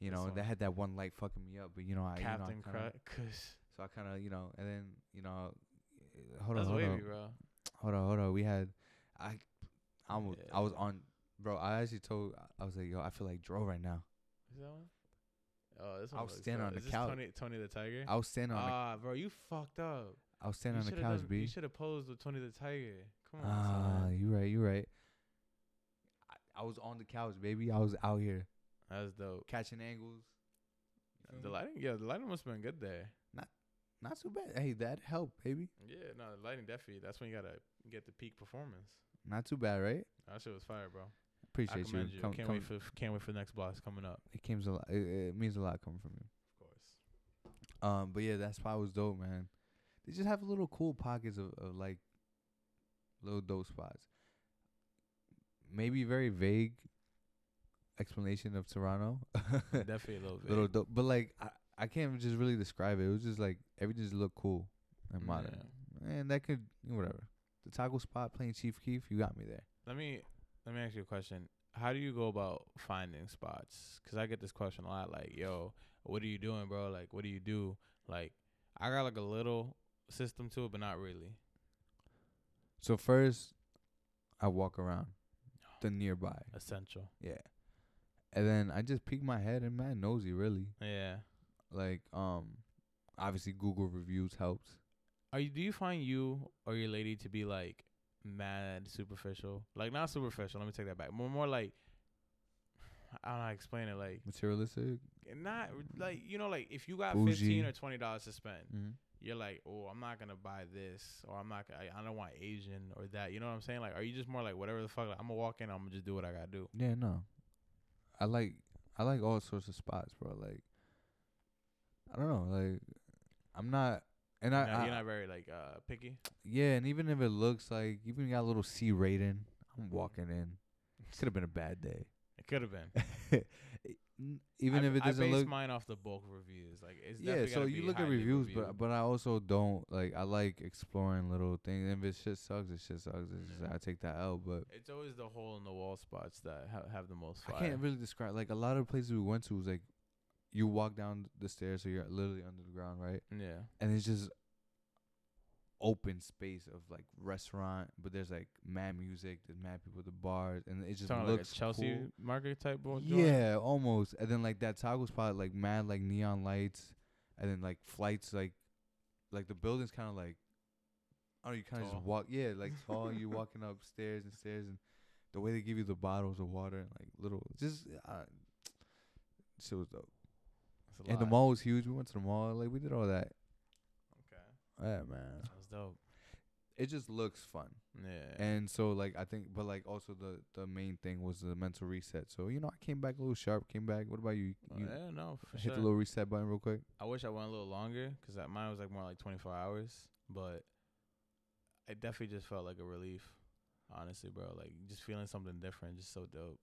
Speaker 2: You
Speaker 1: This
Speaker 2: know,
Speaker 1: one.
Speaker 2: they had that one light fucking me up, but you know, I
Speaker 1: Captain
Speaker 2: you know, I kinda,
Speaker 1: Crunch.
Speaker 2: so I kind of you know, and then you know, eh, hold on,
Speaker 1: That's
Speaker 2: hold
Speaker 1: wavy,
Speaker 2: on,
Speaker 1: bro.
Speaker 2: hold on, hold on. We had, I, I, almost, I was
Speaker 1: Yeah.
Speaker 2: on, bro. I actually told, I was like, yo, I feel like Dro right now.
Speaker 1: Is that one? Oh, this one.
Speaker 2: I was
Speaker 1: looks
Speaker 2: standing
Speaker 1: dope.
Speaker 2: on
Speaker 1: Is
Speaker 2: the
Speaker 1: this
Speaker 2: couch.
Speaker 1: Tony, Tony the Tiger.
Speaker 2: I was standing on,
Speaker 1: Ah, bro, you fucked up.
Speaker 2: the- I was standing
Speaker 1: Uh, you
Speaker 2: on the
Speaker 1: shoulda
Speaker 2: couch,
Speaker 1: done-
Speaker 2: B.
Speaker 1: You should have posed with Tony the Tiger. Come on.
Speaker 2: Ah,
Speaker 1: son.
Speaker 2: you right, you right. I, I was on the couch, baby. I was out here
Speaker 1: That's dope.
Speaker 2: catching angles. You feel
Speaker 1: The
Speaker 2: me?
Speaker 1: lighting, yeah, the lighting must have been good there.
Speaker 2: Not so bad. Hey, that helped, baby.
Speaker 1: Yeah, no, the lighting definitely. That's when you gotta get the peak performance.
Speaker 2: Not too bad, right?
Speaker 1: That shit was fire, bro. I
Speaker 2: Appreciate you.
Speaker 1: commend you.
Speaker 2: Come-
Speaker 1: can't
Speaker 2: come-
Speaker 1: wait for can't wait for the next blocks coming up.
Speaker 2: it comes a lot. It, it means a lot coming from you.
Speaker 1: Of course.
Speaker 2: [LAUGHS] Um, but yeah, that's why it was dope, man. They just have little cool pockets of, of like little dope spots. Maybe very vague explanation of Toronto. [LAUGHS]
Speaker 1: definitely a little bit.
Speaker 2: little dope, but like I, I can't just really describe it. It was just like everything just looked cool and modern, and that could whatever. The taco spot playing Chief Keef, you got me there.
Speaker 1: Let me let me ask you a question. How do you go about finding spots? 'Cause I get this question a lot. Like, yo, what are you doing, bro? Like, what do you do? Like, I got like a little system to it, but not really.
Speaker 2: So first, I walk around the nearby,
Speaker 1: Essential.
Speaker 2: yeah, and then I just peek my head and man nosy really.
Speaker 1: Yeah.
Speaker 2: like um obviously google reviews helps
Speaker 1: Are you? Do you find you or your lady to be like mad superficial? Like, not superficial. Let me take that back. More, more like. [SIGHS] I don't know how to explain it. Like,
Speaker 2: materialistic
Speaker 1: not like you know, like if you got
Speaker 2: Bougie.
Speaker 1: fifteen or twenty dollars to spend,
Speaker 2: mm-hmm.
Speaker 1: you're like, oh, I'm not gonna buy this, or I'm not, I, I don't want Asian or that. You know what I'm saying? Like, are you just more like whatever the fuck? Like, I'm gonna walk in, I'm gonna just do what I gotta do.
Speaker 2: yeah no i like i like all sorts of spots bro like i don't know like i'm not and
Speaker 1: You're
Speaker 2: I,
Speaker 1: not,
Speaker 2: I
Speaker 1: you're not very like uh picky.
Speaker 2: yeah and even if it looks like even got a little c rating i'm walking in this could have been a bad day
Speaker 1: It could have been.
Speaker 2: N- even
Speaker 1: I,
Speaker 2: if it
Speaker 1: I
Speaker 2: doesn't
Speaker 1: base
Speaker 2: look
Speaker 1: mine off the bulk reviews. Like, it's
Speaker 2: yeah
Speaker 1: definitely
Speaker 2: so
Speaker 1: gotta
Speaker 2: you
Speaker 1: be
Speaker 2: look at
Speaker 1: highly
Speaker 2: reviews
Speaker 1: reviewed.
Speaker 2: but but i also don't like i like exploring little things and if it shit sucks it shit sucks it's just,
Speaker 1: Yeah.
Speaker 2: i take that out but
Speaker 1: it's always the hole in the wall spots that ha- have the most fire.
Speaker 2: I can't really describe. Like a lot of places we went to was like, you walk down the stairs, so you're literally under the ground, right?
Speaker 1: yeah,
Speaker 2: And it's just open space of like restaurant, but there's like mad music, there's mad people at the bars, and it just
Speaker 1: talking like a
Speaker 2: looks
Speaker 1: Chelsea
Speaker 2: cool.
Speaker 1: market type one.
Speaker 2: Yeah, almost. And then like that taco spot, like mad like neon lights, and then like flights, like like the building's kind of like, I don't know, you kind of
Speaker 1: Tall.
Speaker 2: just walk, yeah,
Speaker 1: [LAUGHS]
Speaker 2: like tall. you walking upstairs and stairs, and the way they give you the bottles of water and like little, just uh, shit was dope.
Speaker 1: That's a
Speaker 2: And the
Speaker 1: lot.
Speaker 2: mall was huge. We went to the mall, like we did all that.
Speaker 1: Okay,
Speaker 2: Yeah, man.
Speaker 1: that's dope.
Speaker 2: It just looks fun.
Speaker 1: Yeah,
Speaker 2: And so like I think, but like also the the main thing was the mental reset. So you know I came back a little sharp. Came back. What about you?
Speaker 1: Well,
Speaker 2: you
Speaker 1: yeah, no, for
Speaker 2: hit
Speaker 1: sure.
Speaker 2: the little reset button real quick.
Speaker 1: I wish I went a little longer 'cause that mine was like more like 24 hours, but it definitely just felt like a relief, honestly, bro. Like just feeling something different, just so dope.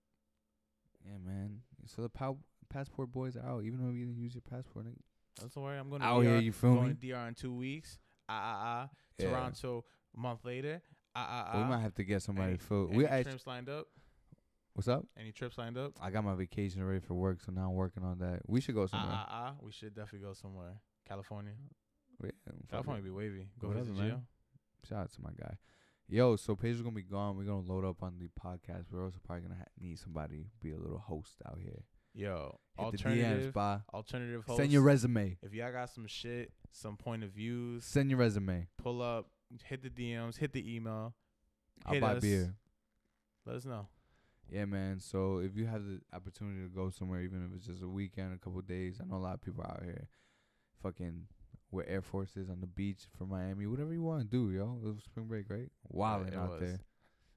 Speaker 2: Yeah, man. So the pow- passport boys are out, even though you didn't use your passport. nigga.
Speaker 1: That's why I'm going to
Speaker 2: Out
Speaker 1: DR,
Speaker 2: here, you feel
Speaker 1: going
Speaker 2: me?
Speaker 1: to DR in two weeks. Ah ah ah.
Speaker 2: Yeah.
Speaker 1: Toronto a month later. Ah ah ah.
Speaker 2: we might have to get somebody
Speaker 1: Any-
Speaker 2: for
Speaker 1: Any
Speaker 2: We actually,
Speaker 1: trips lined up?
Speaker 2: what's up?
Speaker 1: Any trips lined up?
Speaker 2: I got my vacation ready for work, so now I'm working on that. We should go
Speaker 1: Ah
Speaker 2: somewhere.
Speaker 1: ah ah. We should definitely go somewhere. California.
Speaker 2: Yeah, fuck
Speaker 1: California
Speaker 2: it.
Speaker 1: be wavy. Go
Speaker 2: Whatever,
Speaker 1: visit
Speaker 2: man.
Speaker 1: Gio.
Speaker 2: Shout out to my guy. Yo, so Paige is gonna be gone. We're gonna load up on the podcast. We're also probably gonna ha- need somebody to be a little host out here.
Speaker 1: Yo,
Speaker 2: Hit the DMs,
Speaker 1: alternative,
Speaker 2: bye.
Speaker 1: alternative host.
Speaker 2: Send your resume.
Speaker 1: if y'all got some shit, some point of views,
Speaker 2: Send your resume.
Speaker 1: pull up, hit the DMs, hit the email.
Speaker 2: I'll
Speaker 1: Hit
Speaker 2: buy
Speaker 1: us.
Speaker 2: beer.
Speaker 1: Let us know.
Speaker 2: Yeah, man. So if you have the opportunity to go somewhere, even if it's just a weekend, a couple of days, I know a lot of people out here, fucking where Air Force is on the beach from Miami, whatever you want to do, yo. It was spring break, right? Wilding
Speaker 1: it
Speaker 2: out
Speaker 1: was.
Speaker 2: there.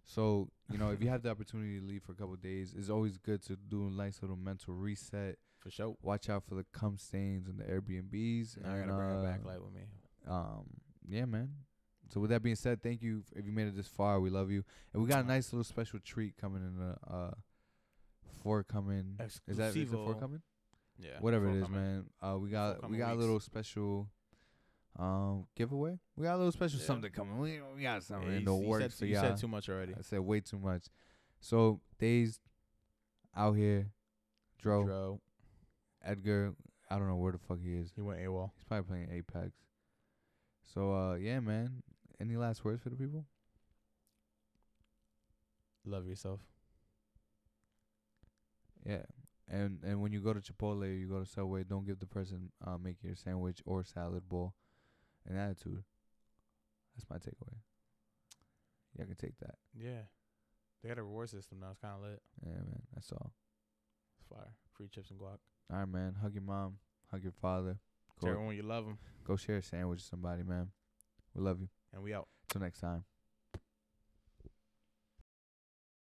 Speaker 2: So you know, if you have the opportunity to leave for a couple of days, it's always good to do a nice little mental reset.
Speaker 1: For sure.
Speaker 2: Watch out for the cum stains and the Airbnbs.
Speaker 1: Now I
Speaker 2: and,
Speaker 1: gotta bring her
Speaker 2: uh,
Speaker 1: back light with me.
Speaker 2: um yeah man so with that being said thank you f- if you made it this far we love you and we got a nice little special treat coming in the uh forthcoming Uh, is that is it
Speaker 1: Exclusivo.
Speaker 2: forthcoming
Speaker 1: Yeah.
Speaker 2: whatever it is
Speaker 1: forthcoming.
Speaker 2: man uh we got we
Speaker 1: Forthcoming
Speaker 2: got a
Speaker 1: weeks.
Speaker 2: little special um giveaway we got a little special
Speaker 1: Yeah.
Speaker 2: something coming we, we got something
Speaker 1: Yeah,
Speaker 2: in
Speaker 1: you,
Speaker 2: the
Speaker 1: s- you
Speaker 2: works
Speaker 1: said,
Speaker 2: for
Speaker 1: you
Speaker 2: y'all
Speaker 1: said too much already.
Speaker 2: i said way too much so days out here Dro,
Speaker 1: Dro.
Speaker 2: edgar i don't know where the fuck he is
Speaker 1: He went AWOL.
Speaker 2: He's probably playing Apex. So uh yeah, man. Any last words for the people?
Speaker 1: Love yourself.
Speaker 2: Yeah. And and when you go to Chipotle or you go to Subway, don't give the person uh making your sandwich or salad bowl an attitude. That's my takeaway. Y'all can take that.
Speaker 1: Yeah. They got a reward system now. It's kind of lit.
Speaker 2: Yeah, man. That's all.
Speaker 1: It's fire. Free chips and guac.
Speaker 2: All right, man. Hug your mom. Hug your father.
Speaker 1: Tell
Speaker 2: Go,
Speaker 1: everyone you love them.
Speaker 2: go share a sandwich with somebody, man. We love you.
Speaker 1: And we out.
Speaker 2: Till next time.